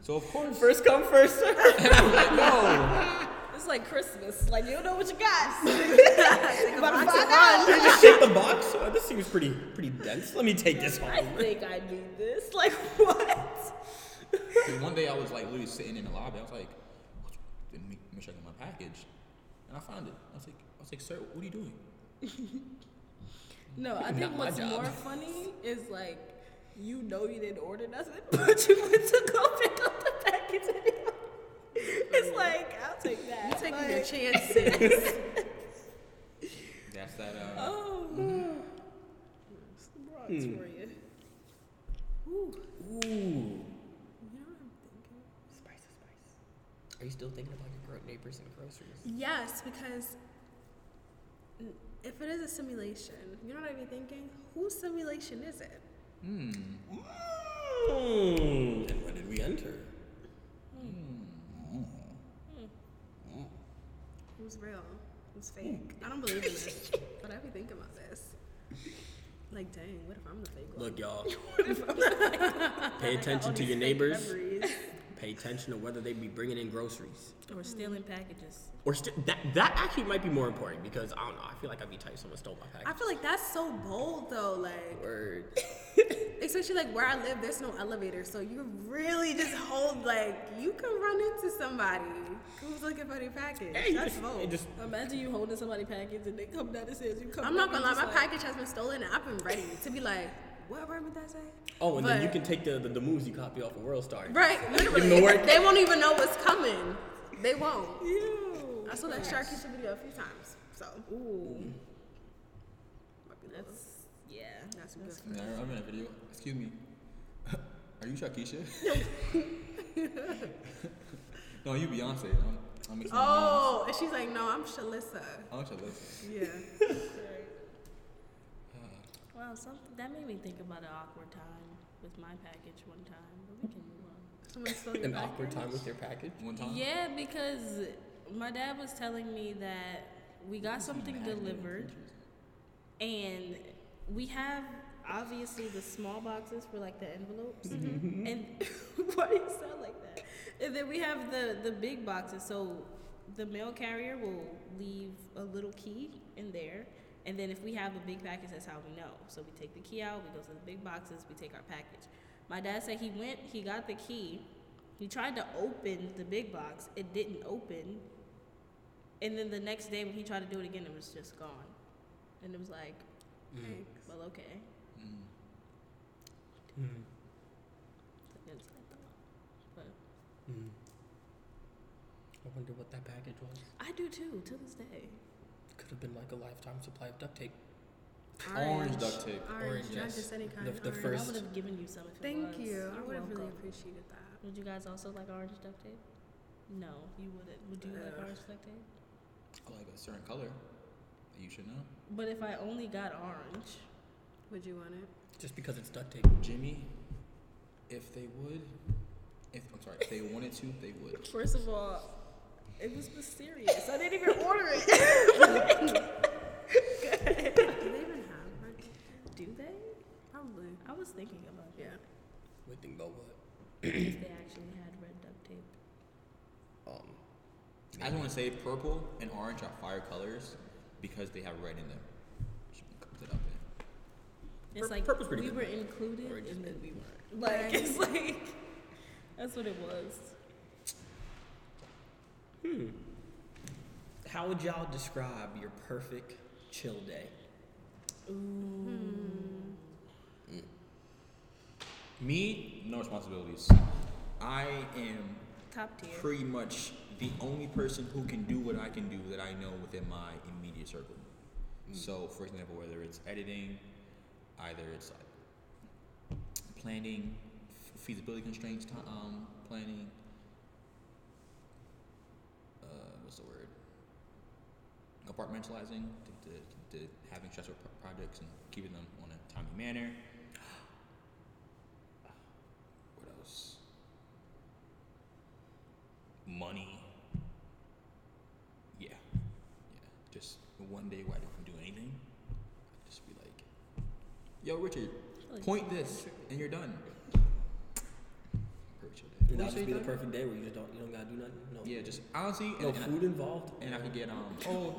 So of course,
First come, first serve.
no.
It's like Christmas. Like you don't know what you got.
Like,
About
box
to
of
find out.
fun.
Did I just shake the box? Uh, this seems pretty pretty dense. Let me take this
I
home.
think I need this. Like what?
And one day I was like literally sitting in the lobby. I was like, "What's- let me make sure I get my package, and I found it. I was like, I was like, sir, what are you doing?
No, I
Not
think
my
what's
job.
more funny is like you know you didn't order nothing, but you went to go pick up the package anyway. It's like I'll take that.
You're taking your
Like,
chances.
That's that. Uh,
Oh, some rocks for you. Ooh,
Ooh.
you know what I'm thinking?
Spice is spice. Are you still thinking about your gro- neighbors and groceries?
yes, because n- if it is a simulation, you know what I'd be thinking? Whose simulation is it?
hmm.
Mm. Hmm. And when did we enter?
Who's real? Who's fake? I don't believe in this, but I be thinking about this. Like, dang, what if I'm the fake one?
Look, y'all. Pay attention to your neighbors. Pay attention to whether they be bringing in groceries.
Oh. Or stealing packages.
Or st- that that actually might be more important because I don't know. I feel like I'd be tight. Someone stole my
I
package.
feel like that's so bold though, like
Word.
especially like where I live, there's no elevator, so you really just hold like you can run into somebody who's looking for their package.
Hey, you
that's
just,
bold.
you just
Imagine you holding somebody package and they come down and says you come.
I'm not
back,
gonna lie, my
you just like,
package has been stolen, and I've been ready to be like, what word would that say?
Oh, and then you
But-
can take the, the, the moves you copy off of World Star.
right, literally,
the work.
they won't even know what's coming. They won't.
Ew.
I saw that Sharkeisha video a few times, so
Ooh,
might be
that's yeah.
That's some good.
yeah, I'm in a video. Excuse me. Are you Shakisha? no, you Beyonce. I'm, I'm mixing my
Oh, and she's like, no, I'm Shalissa.
names. I'm Shalissa.
Yeah.
Well, something that made me think about an awkward time with my package one time, but we can move on.
Someone stole your
An
package.
awkward time with your package.
One time.
Yeah, because my dad was telling me that we got something delivered, and we have obviously the small boxes for like the envelopes, and why do you sound like that? And then we have the the big boxes, so the mail carrier will leave a little key in there. And then if we have a big package, that's how we know. So we take the key out, we go to the big boxes, we take our package. My dad said he went, he got the key, he tried to open the big box, it didn't open. And then the next day when he tried to do it again, it was just gone. And it was like,
Thanks.
well, okay.
Mm.
It's like that. But
I wonder what that package was.
I do too, to this day.
Could have been like a lifetime supply of duct tape.
Orange duct tape.
Orange,
Orange,
not
yes.
just any kind.
The- the
orange.
I
first-
would have given you some if it was.
Thank you. I
You're
would have really
welcome.
appreciated that.
Would you guys also like orange duct tape? No, you wouldn't. Would you like
Ugh.
orange duct tape?
I like a certain color. that You should know.
But if I only got orange,
Would you want it?
Just because it's duct tape.
Jimmy, if they would, if I'm sorry, if they wanted to, they would.
first of all, it was mysterious. I didn't even order it.
Do they even have orange?
Do they?
Probably.
I was thinking about
Yeah.
We think about what?
if they actually had red duct tape.
Um,
I just want to say purple and orange are fire colors because they have red in them. She comes it up in.
It's
Pur-
like
purple's pretty
we
good.
were included
Orange is
and then
good.
we weren't. Like it's like that's what it was.
how would y'all describe your perfect chill day?
Me, no responsibilities. I am
Top tier.
pretty much the only person who can do what I can do that I know within my immediate circle. So, for example, whether it's editing, either it's like planning, f- feasibility constraints, ti- um, planning, compartmentalizing to, to, to having stressful pro- projects and keeping them on a timely manner. What else? Money. Yeah. Yeah. Just one day where I don't do anything. I'd just be like, yo, Richard,
Like,
point this and you're done. Richard. What'd
And
you
that'll
say,
just be the
Doug?
perfect day where you just don't you don't gotta do nothing. No.
Yeah, just honestly, and,
No
and I-
food involved.
and I could get um. Oh,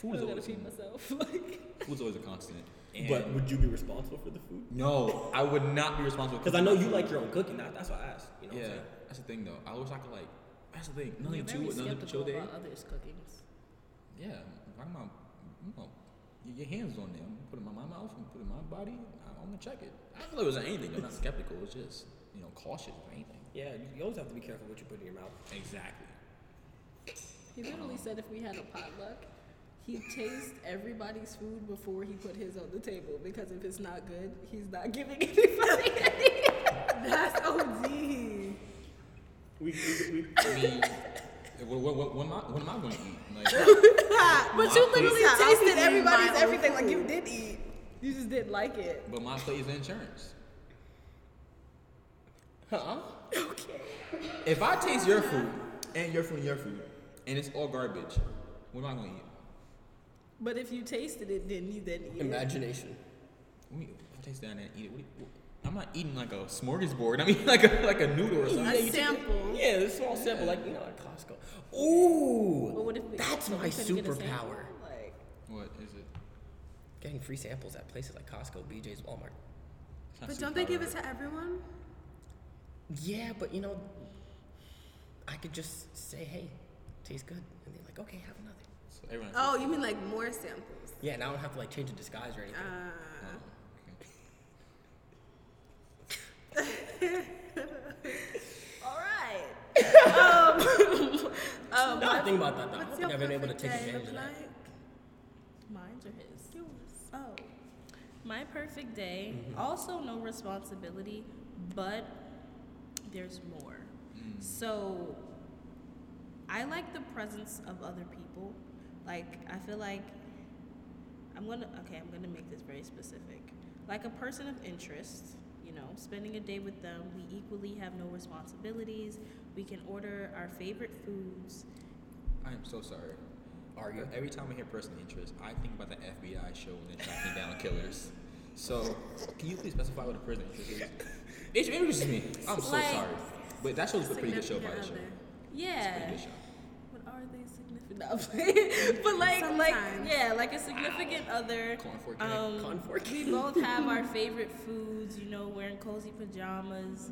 food
I'm
is
gonna
always
pee myself. Like,
food's always a constant. And
But would you be responsible for the food?
no, I would not be responsible
Because I know you like your own cooking. That, that's why I asked. You know.
Yeah,
What I'm saying?
that's the thing though. I wish I could like. That's the thing.
you're
Nothing
very
to another chill
skeptical
day.
about others' cookings.
Yeah, my mom. You know, y- your hands on them. Put them in my mouth and put it in my body. I- I'm gonna check it. I don't feel it was anything. I'm not skeptical. It's just you know cautious or anything.
Yeah. you- You always have to be careful what you put in your mouth.
Exactly.
He literally said if we had a potluck, he tastes everybody's food before he put his on the table because if it's not good, he's not giving anybody any.
That's OD.
We, we, we,
I mean, what, what, what, what, am I, what am I going to eat? Like,
but you literally
He said, "I'll
tasted
eat my
everybody's
own
everything. Like
food."
you did eat, you just didn't like it.
but my plate is insurance. Huh?
Okay.
If I taste your food and your food and your food and it's all garbage, what am I gonna eat?
But if you tasted it, then you didn't eat it.
imagination.
What do you- If I taste that and eat it, what do you- what- I'm not eating like a smorgasbord. I'm eating like a like a noodle or something.
A sample.
Yeah, this small sample, like you know, at Costco. Ooh,
But what if we-
that's
but we
my
couldn't get a sample?
superpower.
Like,
What is it?
Getting free samples at places like Costco, BJ's, Walmart.
It's not
But don't they give it
superpower.
to everyone?
Yeah, but you know, I could just say, "Hey, tastes good," and they're like, "Okay, have another."
So everyone has
Oh, you mean like more samples?
Yeah, and I don't have to like change the disguise or anything.
to-
Uh,
oh, okay.
all right.
now that I think about that, though, I
Oh, What's
don't
your
think I've been able to
perfect
take
day look
advantage of that.
like?
mine's or his? Oh, my perfect day. Also, no responsibility, but there's more. So, I like the presence of other people. Like, I feel like I'm gonna, okay, I'm gonna make this very specific. Like a person of interest, you know, spending a day with them, we equally have no responsibilities. We can order our favorite foods.
I am so sorry.
Are you?
Every time I hear personal interest, I think about the FBI show and they're tracking down killers. So, can you please specify what a personal interest is? It interests me. I'm so
Like-
sorry, but that show's a pretty good show by the
Significant
show.
other.
Yeah.
Pretty good show.
But are they significant? No, but like, like,
Sometimes.
yeah, like a significant other.
Corn fork cake.
Oh,
Um,
Con fork.
we both have our favorite foods. You know, wearing cozy pajamas,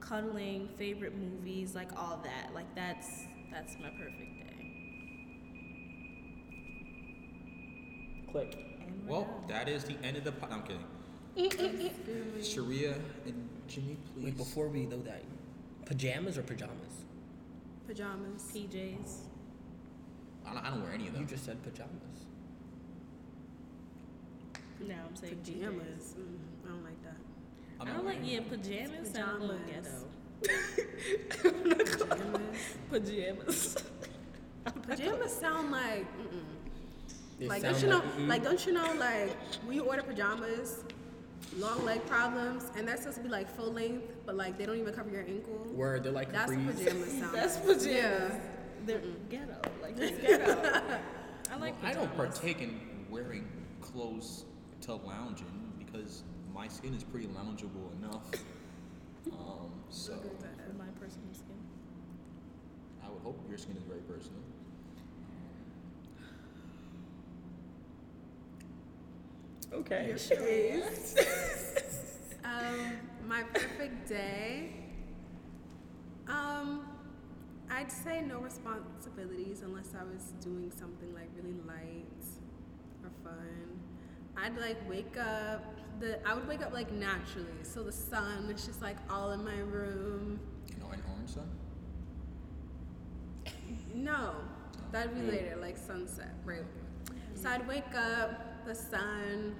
cuddling, favorite movies, like all that. Like that's that's my perfect day.
Click.
And we're
Well,
done.
that is the end of the pod. I'm kidding. Sharia and Jimmy, please.
Wait, before we know that, pajamas or pajamas?
Pajamas.
PJs.
I don't, I don't wear any of
You
them.
just said pajamas.
No, I'm saying PJs.
Pajamas. Mm, I don't like that.
I'm
I
not
don't like
wearing
yeah pajamas. Sound a little
Pajamas.
ghetto.
Pajamas.
Pajamas.
pajamas sound like. Mm-mm.
They
Like
sound
don't you know?
like- mm-mm.
Like don't you know? Like when you order pajamas, long leg problems, and that's supposed to be like full length, but like they don't even cover your ankle.
mm, Word, they're like
That's what
capris.
pajamas sound.
That's
like.
pajamas.
Yeah.
They're ghetto. Like it's ghetto. I like.
Well, I don't
pajamas.
partake in wearing clothes to lounge in because my skin is pretty loungeable enough. Um, so
for my personal skin.
I would hope your skin is very personal.
Okay.
Um, my perfect day. Um, I'd say no responsibilities unless I was doing something like really light or fun. I'd like wake up. The I would wake up like naturally, so the sun is just like all in my room.
You know, an orange sun.
No, that'd be later, like sunset, right? So I'd wake up, the sun,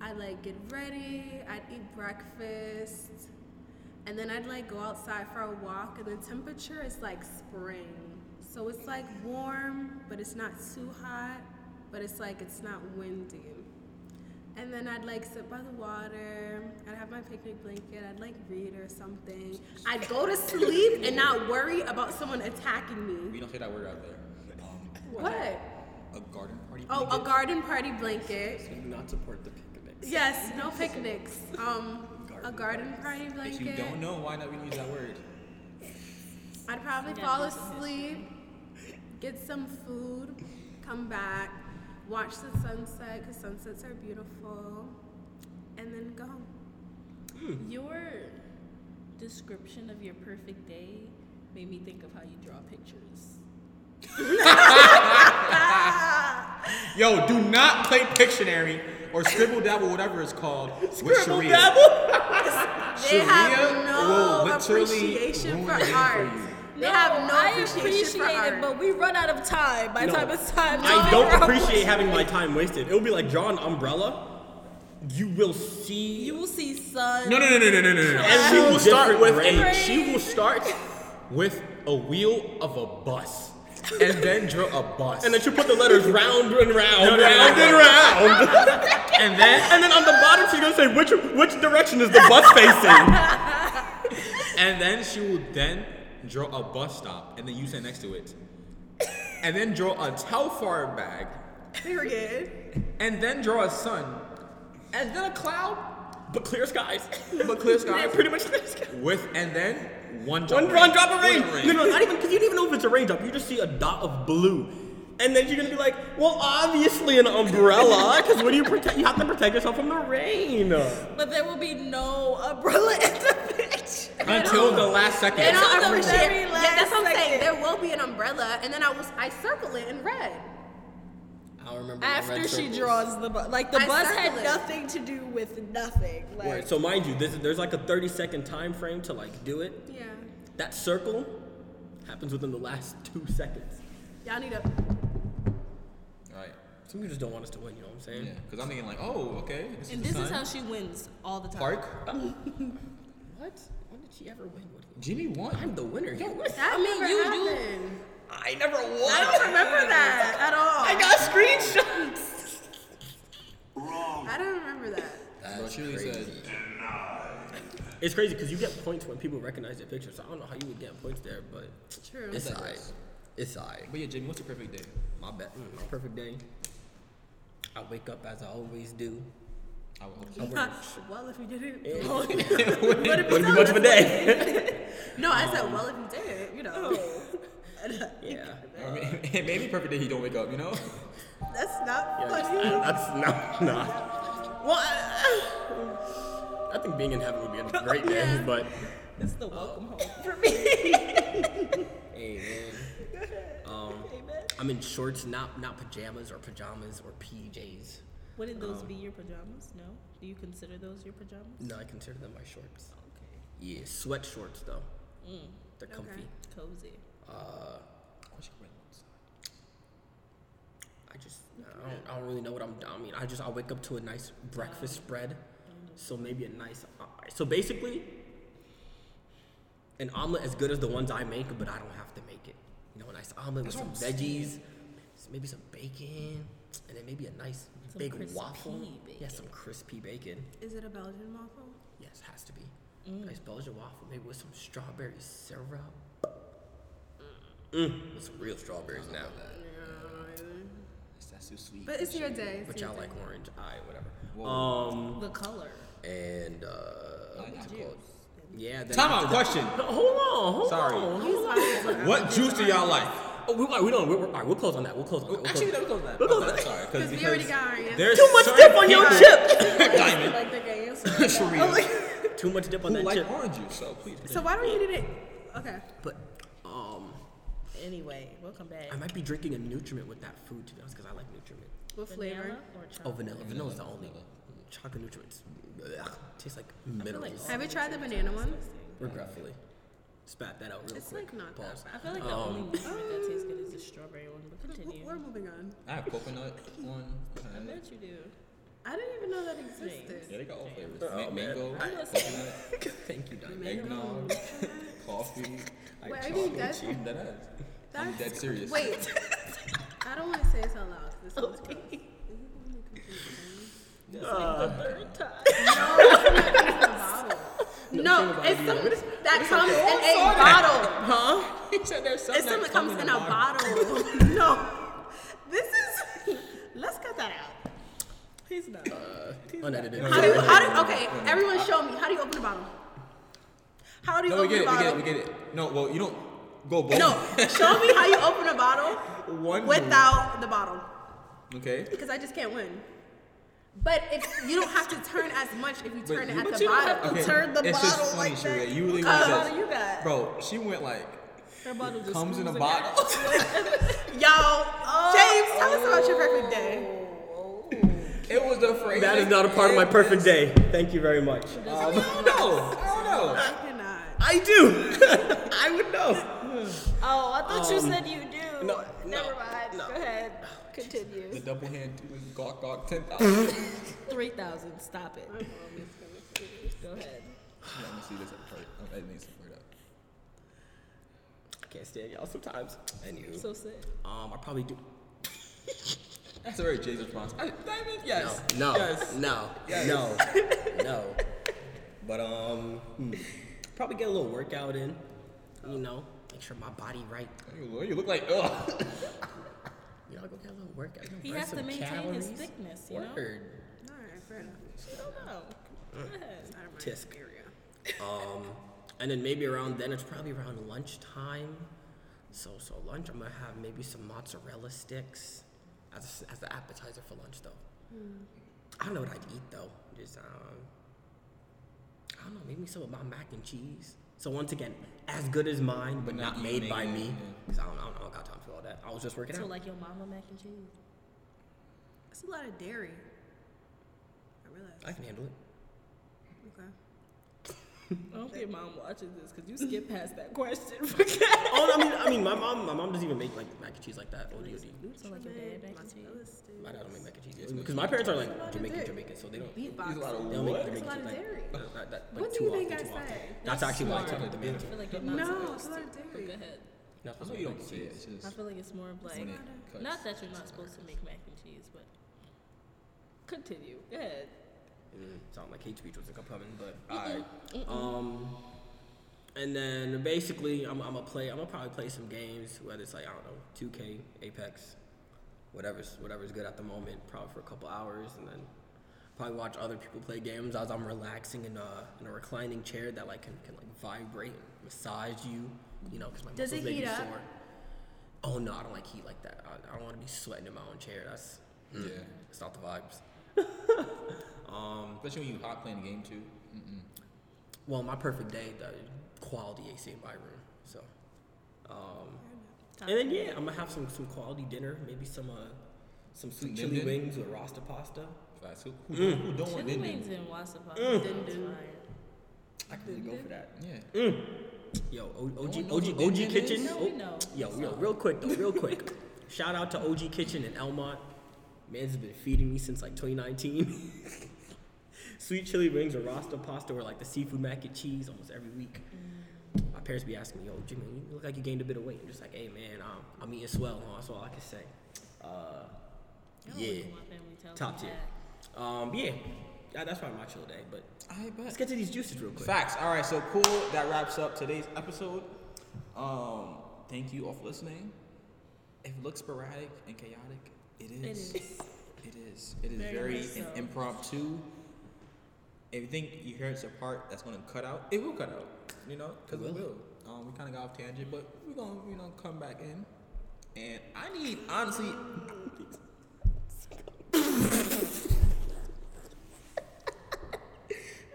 I'd like get ready, I'd eat breakfast, and then I'd like go outside for a walk, and the temperature is like spring. So it's like warm, but it's not too hot, but it's like it's not windy. And then I'd like sit by the water. I'd have my picnic blanket. I'd like read or something. I'd go to sleep and not worry about someone attacking
We
me.
don't say that word out there.
What?
Um, a garden party.
Oh, a garden party blanket.
So you do not support the picnics.
Yes, no picnics. Um, a garden party
If you
blanket.
don't know, why not? We don't use that word.
I'd probably fall asleep, get some food, come back, watch the sunset because sunsets are beautiful, and then go home.
Your description of your perfect day made me think of how you draw pictures.
Yo, do not play Pictionary or Scribble Dabble, whatever it's called.
Scribble dabble.
They
Sharia
have
will
no
literally
appreciation for
ruin it for
art.
you.
They have no appreciation for
appreciate
art.
it, but we run out of time. By the
No.
time it's time, to
I don't
figure out
appreciate
what-
having my time wasted. It'll be like draw an umbrella. You will see.
You will see sun.
No, no, no, no, no, no, no, no.
And she will start with a.
grades.
She will start with a wheel of a bus, and then draw a bus, and then she put the letters round and round,
no, no,
round
no.
and round,
And then,
and then on the bottom she's gonna say which which direction is the bus facing.
and then she will then draw a bus stop, and then you sit next to it, and then draw a Telfar bag,
Period.
and then draw a sun, and then a cloud,
But clear skies.
but clear
Yeah,
skies.
pretty much clear skies.
With and then one drop
One brown drop of rain.
One
No, no, not even because you don't even know if it's a raindrop. You just see a dot of blue, and then you're gonna be like, "Well, obviously an umbrella, because what do you protect? You have to protect yourself from the rain."
But there will be no umbrella in the picture.
Until the last
They
second.
Until
don't
the
appreciate
very
it.
last
Yeah, that's what I'm saying.
second.
There will be an umbrella, and then I was I circle it in red.
I remember
After she draws the bus, like the
I
bus
circle
had
it.
nothing to do with nothing. Like,
Word. So mind you, this is, there's like a 30 second time frame to like do it.
Yeah.
That circle happens within the last two seconds.
Y'all need a.
Right.
Some people just don't want us to win. You know what I'm saying?
Yeah. Because I'm thinking like, oh, okay. This
and
is
this
the
is
sun.
how she wins all the time.
Park.
What? When did she ever win? What-
Jimmy won.
I'm the winner. Yo, what?
That
I mean,
never
you do-
happened.
I never won.
I don't remember that at all.
I got screenshots.
I don't remember that.
Bro, she really said.
It's crazy because you get points when people recognize your picture. So I don't know how you would get points there, but
True.
it's
that
alright.
works.
It's alright.
But yeah, Jimmy, what's your perfect day?
My bad. mm, My perfect day. I wake up as I always do.
I would hope
I
so.
work.
well, if you did it.
It
well,
wouldn't
if you
be
don't,
much of a
that's
day.
what- No, I said, well, if you did it, you know.
Oh. Yeah.
I mean, it may be perfect day he don't wake up, you know?
That's not
Yeah,
funny.
that's not nah. Well, I, I think being in heaven would be a great day, but
It's
Oh.
the welcome home.
hey man, um, I'm in shorts, not not pajamas or pajamas or PJs.
Wouldn't those be your pajamas? No. Do you consider those your pajamas?
No, I consider them my shorts.
Okay.
Yeah, sweat shorts though.
Mm.
They're comfy.
Okay.
Cozy.
Uh, I just I don't, I don't really know what I'm. I mean, I just I wake up to a nice breakfast spread, so maybe a nice. uh, So basically, an omelet as good as the ones I make, but I don't have to make it. You know, a nice omelet with some
That's what I'm
veggies, s- maybe some bacon, and then maybe a nice
Some
big
crispy
waffle. Yeah,
bacon.
some crispy bacon.
Is it a Belgian waffle?
Yes, has to be. Nice Belgian waffle, maybe with some strawberry syrup. Mm, with some real strawberries now.
That's too sweet.
But it's your day. it's
But
your
y'all
day.
like orange, I whatever.
Whoa.
Um
The color.
and uh, what's it called? Yeah. Then
Time
after
out
that-
question.
No, hold on. Hold
Sorry.
on.
He's
Hold on.
my-
What juice do y'all like?
Oh, we, we don't. We're, we're, all right, we'll close on that. We'll close on that. We'll
Actually,
close.
no, close that.
Look
Oh,
at
that's
that.
all right, 'cause-
Because
because
we already got our answer.
There's
Too much
certain
dip on your
people-
chip.
Diamond.
Like the gay answer.
Sharia.
Too much dip on
Who
that
like
chip.
orange juice? So please.
So why don't you do it? Okay.
But um,
Anyway, welcome back.
I might be drinking a nutriment with that food to be honest, because I like nutriment.
What flavor?
Vanilla or chocolate?
Oh, vanilla. Vanilla's the only chocolate nutrients. Ugh, tastes like minerals.
Have you tried the banana one?
Regretfully, spat that out real
It's
quick.
like not that
Pause.
bad.
I feel like the only nutriment that tastes good is the strawberry one, but
W-
continue.
We're moving on.
I have coconut one.
I bet you do.
I didn't even know that
Yeah,
existed.
they got all flavors.
Oh,
Ma-
man.
mango,
I-
coconut,
Thank you, Diamond.
eggnog, coffee.
Wait, I think that's
I'm dead ass. I'm dead serious.
Wait, I don't want to say it so loud. 'cause This one's gross. No, it's some that comes in a bottle.
Huh? He said there's
It's something that comes in a bottle. No, this is. Let's cut that out.
He's not.
Unedited.
How do you? How do? Okay, everyone, show me. How do you open a bottle? How do you
No, we
open
get
a
it. We get
bottle?
it. We get it. No, well, you don't go both.
No, show me how you open a bottle
One
without the bottle,
Okay.
because I just can't win. But if you don't have to turn as much if you
But
turn
you-
it at
but
the
you don't have
bottom.
to- turn the
it's just
bottle
funny,
like
Sharia.
that.
You really
What
went
color
just-
you got?
Bro, she went like
Her bottle just
comes in a
screws
bottle.
Yo, James, tell us about your perfect day.
it was the phrase.
That is not a part of my perfect day. Thank you very much.
I don't know. I don't know.
I cannot.
I do. I would know.
Oh, I thought you said you do.
no,
Never
no,
mind.
no.
Go ahead.
The
Continue.
double hand two is gawk gawk ten thousand. Let me
Three thousand. Stop it. Go ahead.
see this part. I'm editing this part out.
I can't stand y'all sometimes. Anywho.
So sad.
um, I probably do.
That's a very Jay's response. I, diamond, yes.
No. No.
Yes.
No.
Yes.
No. no. But um, hmm. probably get a little workout in. You know, make sure my body right.
You look- You look like oh. ugh.
You know, go get a little workout.
He
burn
has to
some
maintain his
calories.
thickness, you know?
Word.
All right, fair enough.
I don't know. Go ahead.
Out of my
Tisk.
area.
Um, and then maybe around then it's probably around lunchtime. So so lunch, I'm gonna have maybe some mozzarella sticks as as an appetizer for lunch though.
Hmm.
I don't know what I'd eat though. Just um, I don't know, maybe some of my mac and cheese. So once again, as good as mine, but not,
not
made
you
by
making it,
me.
yeah.
Cause I don't, I don't know, I got time for all that. I was just working
So
out.
like your mama mac and cheese.
That's a lot of dairy. I realize.
I can handle it.
Okay.
I don't think mom watches this because you skipped past that question. Forget.
Oh, no, I mean, I mean, my mom, my mom doesn't even make like mac and cheese like that. OD, OD.
So like your dad mac and cheese.
My dad don't make mac and cheese. Because my parents are like Jamaican, Jamaican, so they don't.
There's a lot of
They'll make
what?
them
That's a lot
make
of
it, like,
dairy.
uh, that- that-
What
like,
do
too
you think
often,
I
too often.
said?
That's actually why I took
smart.
the mantle.
I
I feel like your mom's
No,
supposed
it's a lot of
to. Go
dairy.
ahead.
Not supposed
That's
to
what you
make
don't see.
cheese.
It's just
I feel like it's more of like
when it cuts.
not that you're not supposed to make mac and cheese, but continue. Go ahead.
Mm, Sound like hate speech wasn't coming, but alright. Um, and then basically, I'm, I'm gonna play. I'm gonna probably play some games, whether it's like I don't know, 2K, Apex, whatever's whatever's good at the moment. Probably for a couple hours, and then probably watch other people play games as I'm relaxing in a in a reclining chair that like can, can like vibrate, and massage you, you know, because my
Does it
muscles may be
heat up?
sore. Oh no, I don't like heat like that. I, I don't want to be sweating in my own chair. That's
Yeah.
it's not the vibes.
Especially when you hot playing the game too.
Well, my perfect day, the quality AC in my room. So, um, and then yeah, I'm gonna have some some quality dinner, maybe some uh, some sweet
Some
chili
nim-nim?
wings with rasta pasta.
Fast food. Who, who
Oh,
don't want
Chili
Indian?
wings and wasapa.
Mm.
Didn't do.
I can really go for that. Yeah.
Yo, O-
one
OG
knows
OG
what
OG
nim-nim
Kitchen.
is?
No, we know.
Yo, yo, real quick though, real quick. Shout out to OG Kitchen in Elmont. Man's has been feeding me since like 2019. Sweet chili wings or rasta pasta or like the seafood mac and cheese almost every week.
Mm.
My parents be asking me, "Yo, Jimmy, you look like you gained a bit of weight." I'm just like, "Hey, man, I'm, I'm eating swell. Huh? That's all I can say." Uh, yeah, top tier. Um, yeah, Yeah, that's probably my chill day. But
I
let's
bet.
get to these juices real quick.
Facts. All right. So cool. That wraps up today's episode. Um, thank you all for listening. If it looks sporadic and chaotic, it is.
is.
It is. It is
Very
very,
much so.
an impromptu. If you think you hear it's a part that's going to cut out, it will cut out. You know, because it
It
will. Um, we kind of got off tangent, but we're gonna you know come back in. And I need honestly.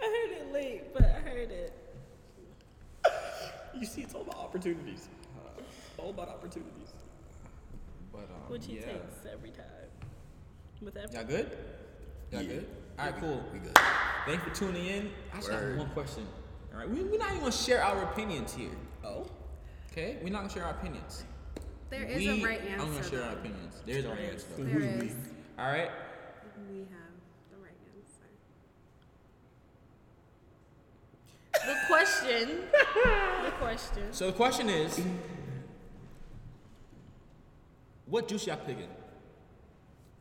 I heard it late, but I heard it.
You see, it's all about opportunities. all about opportunities.
But um,
Which he
yeah.
takes every time. With every
Y'all good? Y'all
Yeah.
good? All right, cool.
We good.
Thanks for tuning in. I just have
Word.
one question. All right, we, we're not even gonna share our opinions here.
Oh.
Okay, we're not gonna share our opinions.
There is
we,
a right answer.
I'm gonna share our
though.
opinions. There's a right answer. though.
There is.
All right.
We have the right answer.
The question. the question.
So the question is,
What juice y'all picking?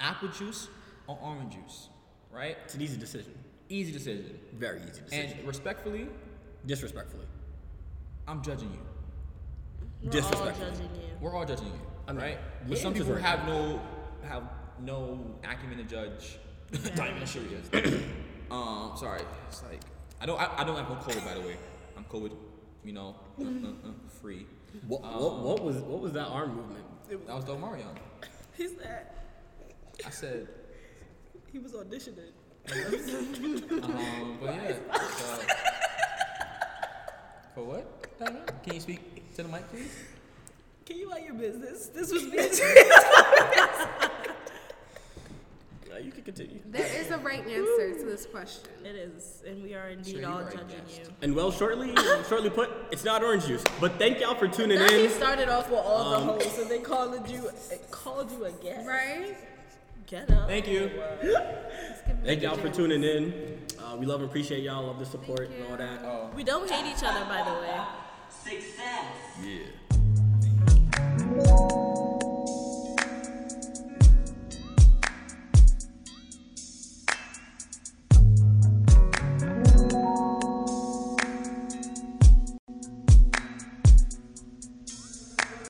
Apple juice or orange juice? Right?
It's an easy decision.
Easy decision.
Very easy
And
decision.
respectfully,
Disrespectfully.
I'm judging you.
We're
Disrespectful.
all judging you.
We're all judging you,
I mean,
right?
with
But
some
some people
deserve.
have no have no acumen to judge. Not even sure he is. um, sorry. It's like I don't. I, I don't have no COVID, by the way. I'm COVID. You know, uh, uh, uh, free.
What,
Um,
what, what was what was that arm movement?
That was Del Marion.
He's that.
I said.
He was auditioning.
Um, but yeah. so- for what? Diana? Can you speak to the mic, please?
Can you out your business? This was me.
Uh, you can continue.
There is a right answer to this question.
It is, and we are indeed
you
all
are a
judging
guest.
you.
And well, shortly, shortly put, it's not orange juice. But thank y'all for tuning
That he
in.
started off with all
Um,
the hoes, and they called you called you a guest.
Right?
Get up.
Thank you.
Thank y'all for tuning in. Uh, we love and appreciate y'all. Love the support and all that.
We don't hate each other, by the way.
Yeah.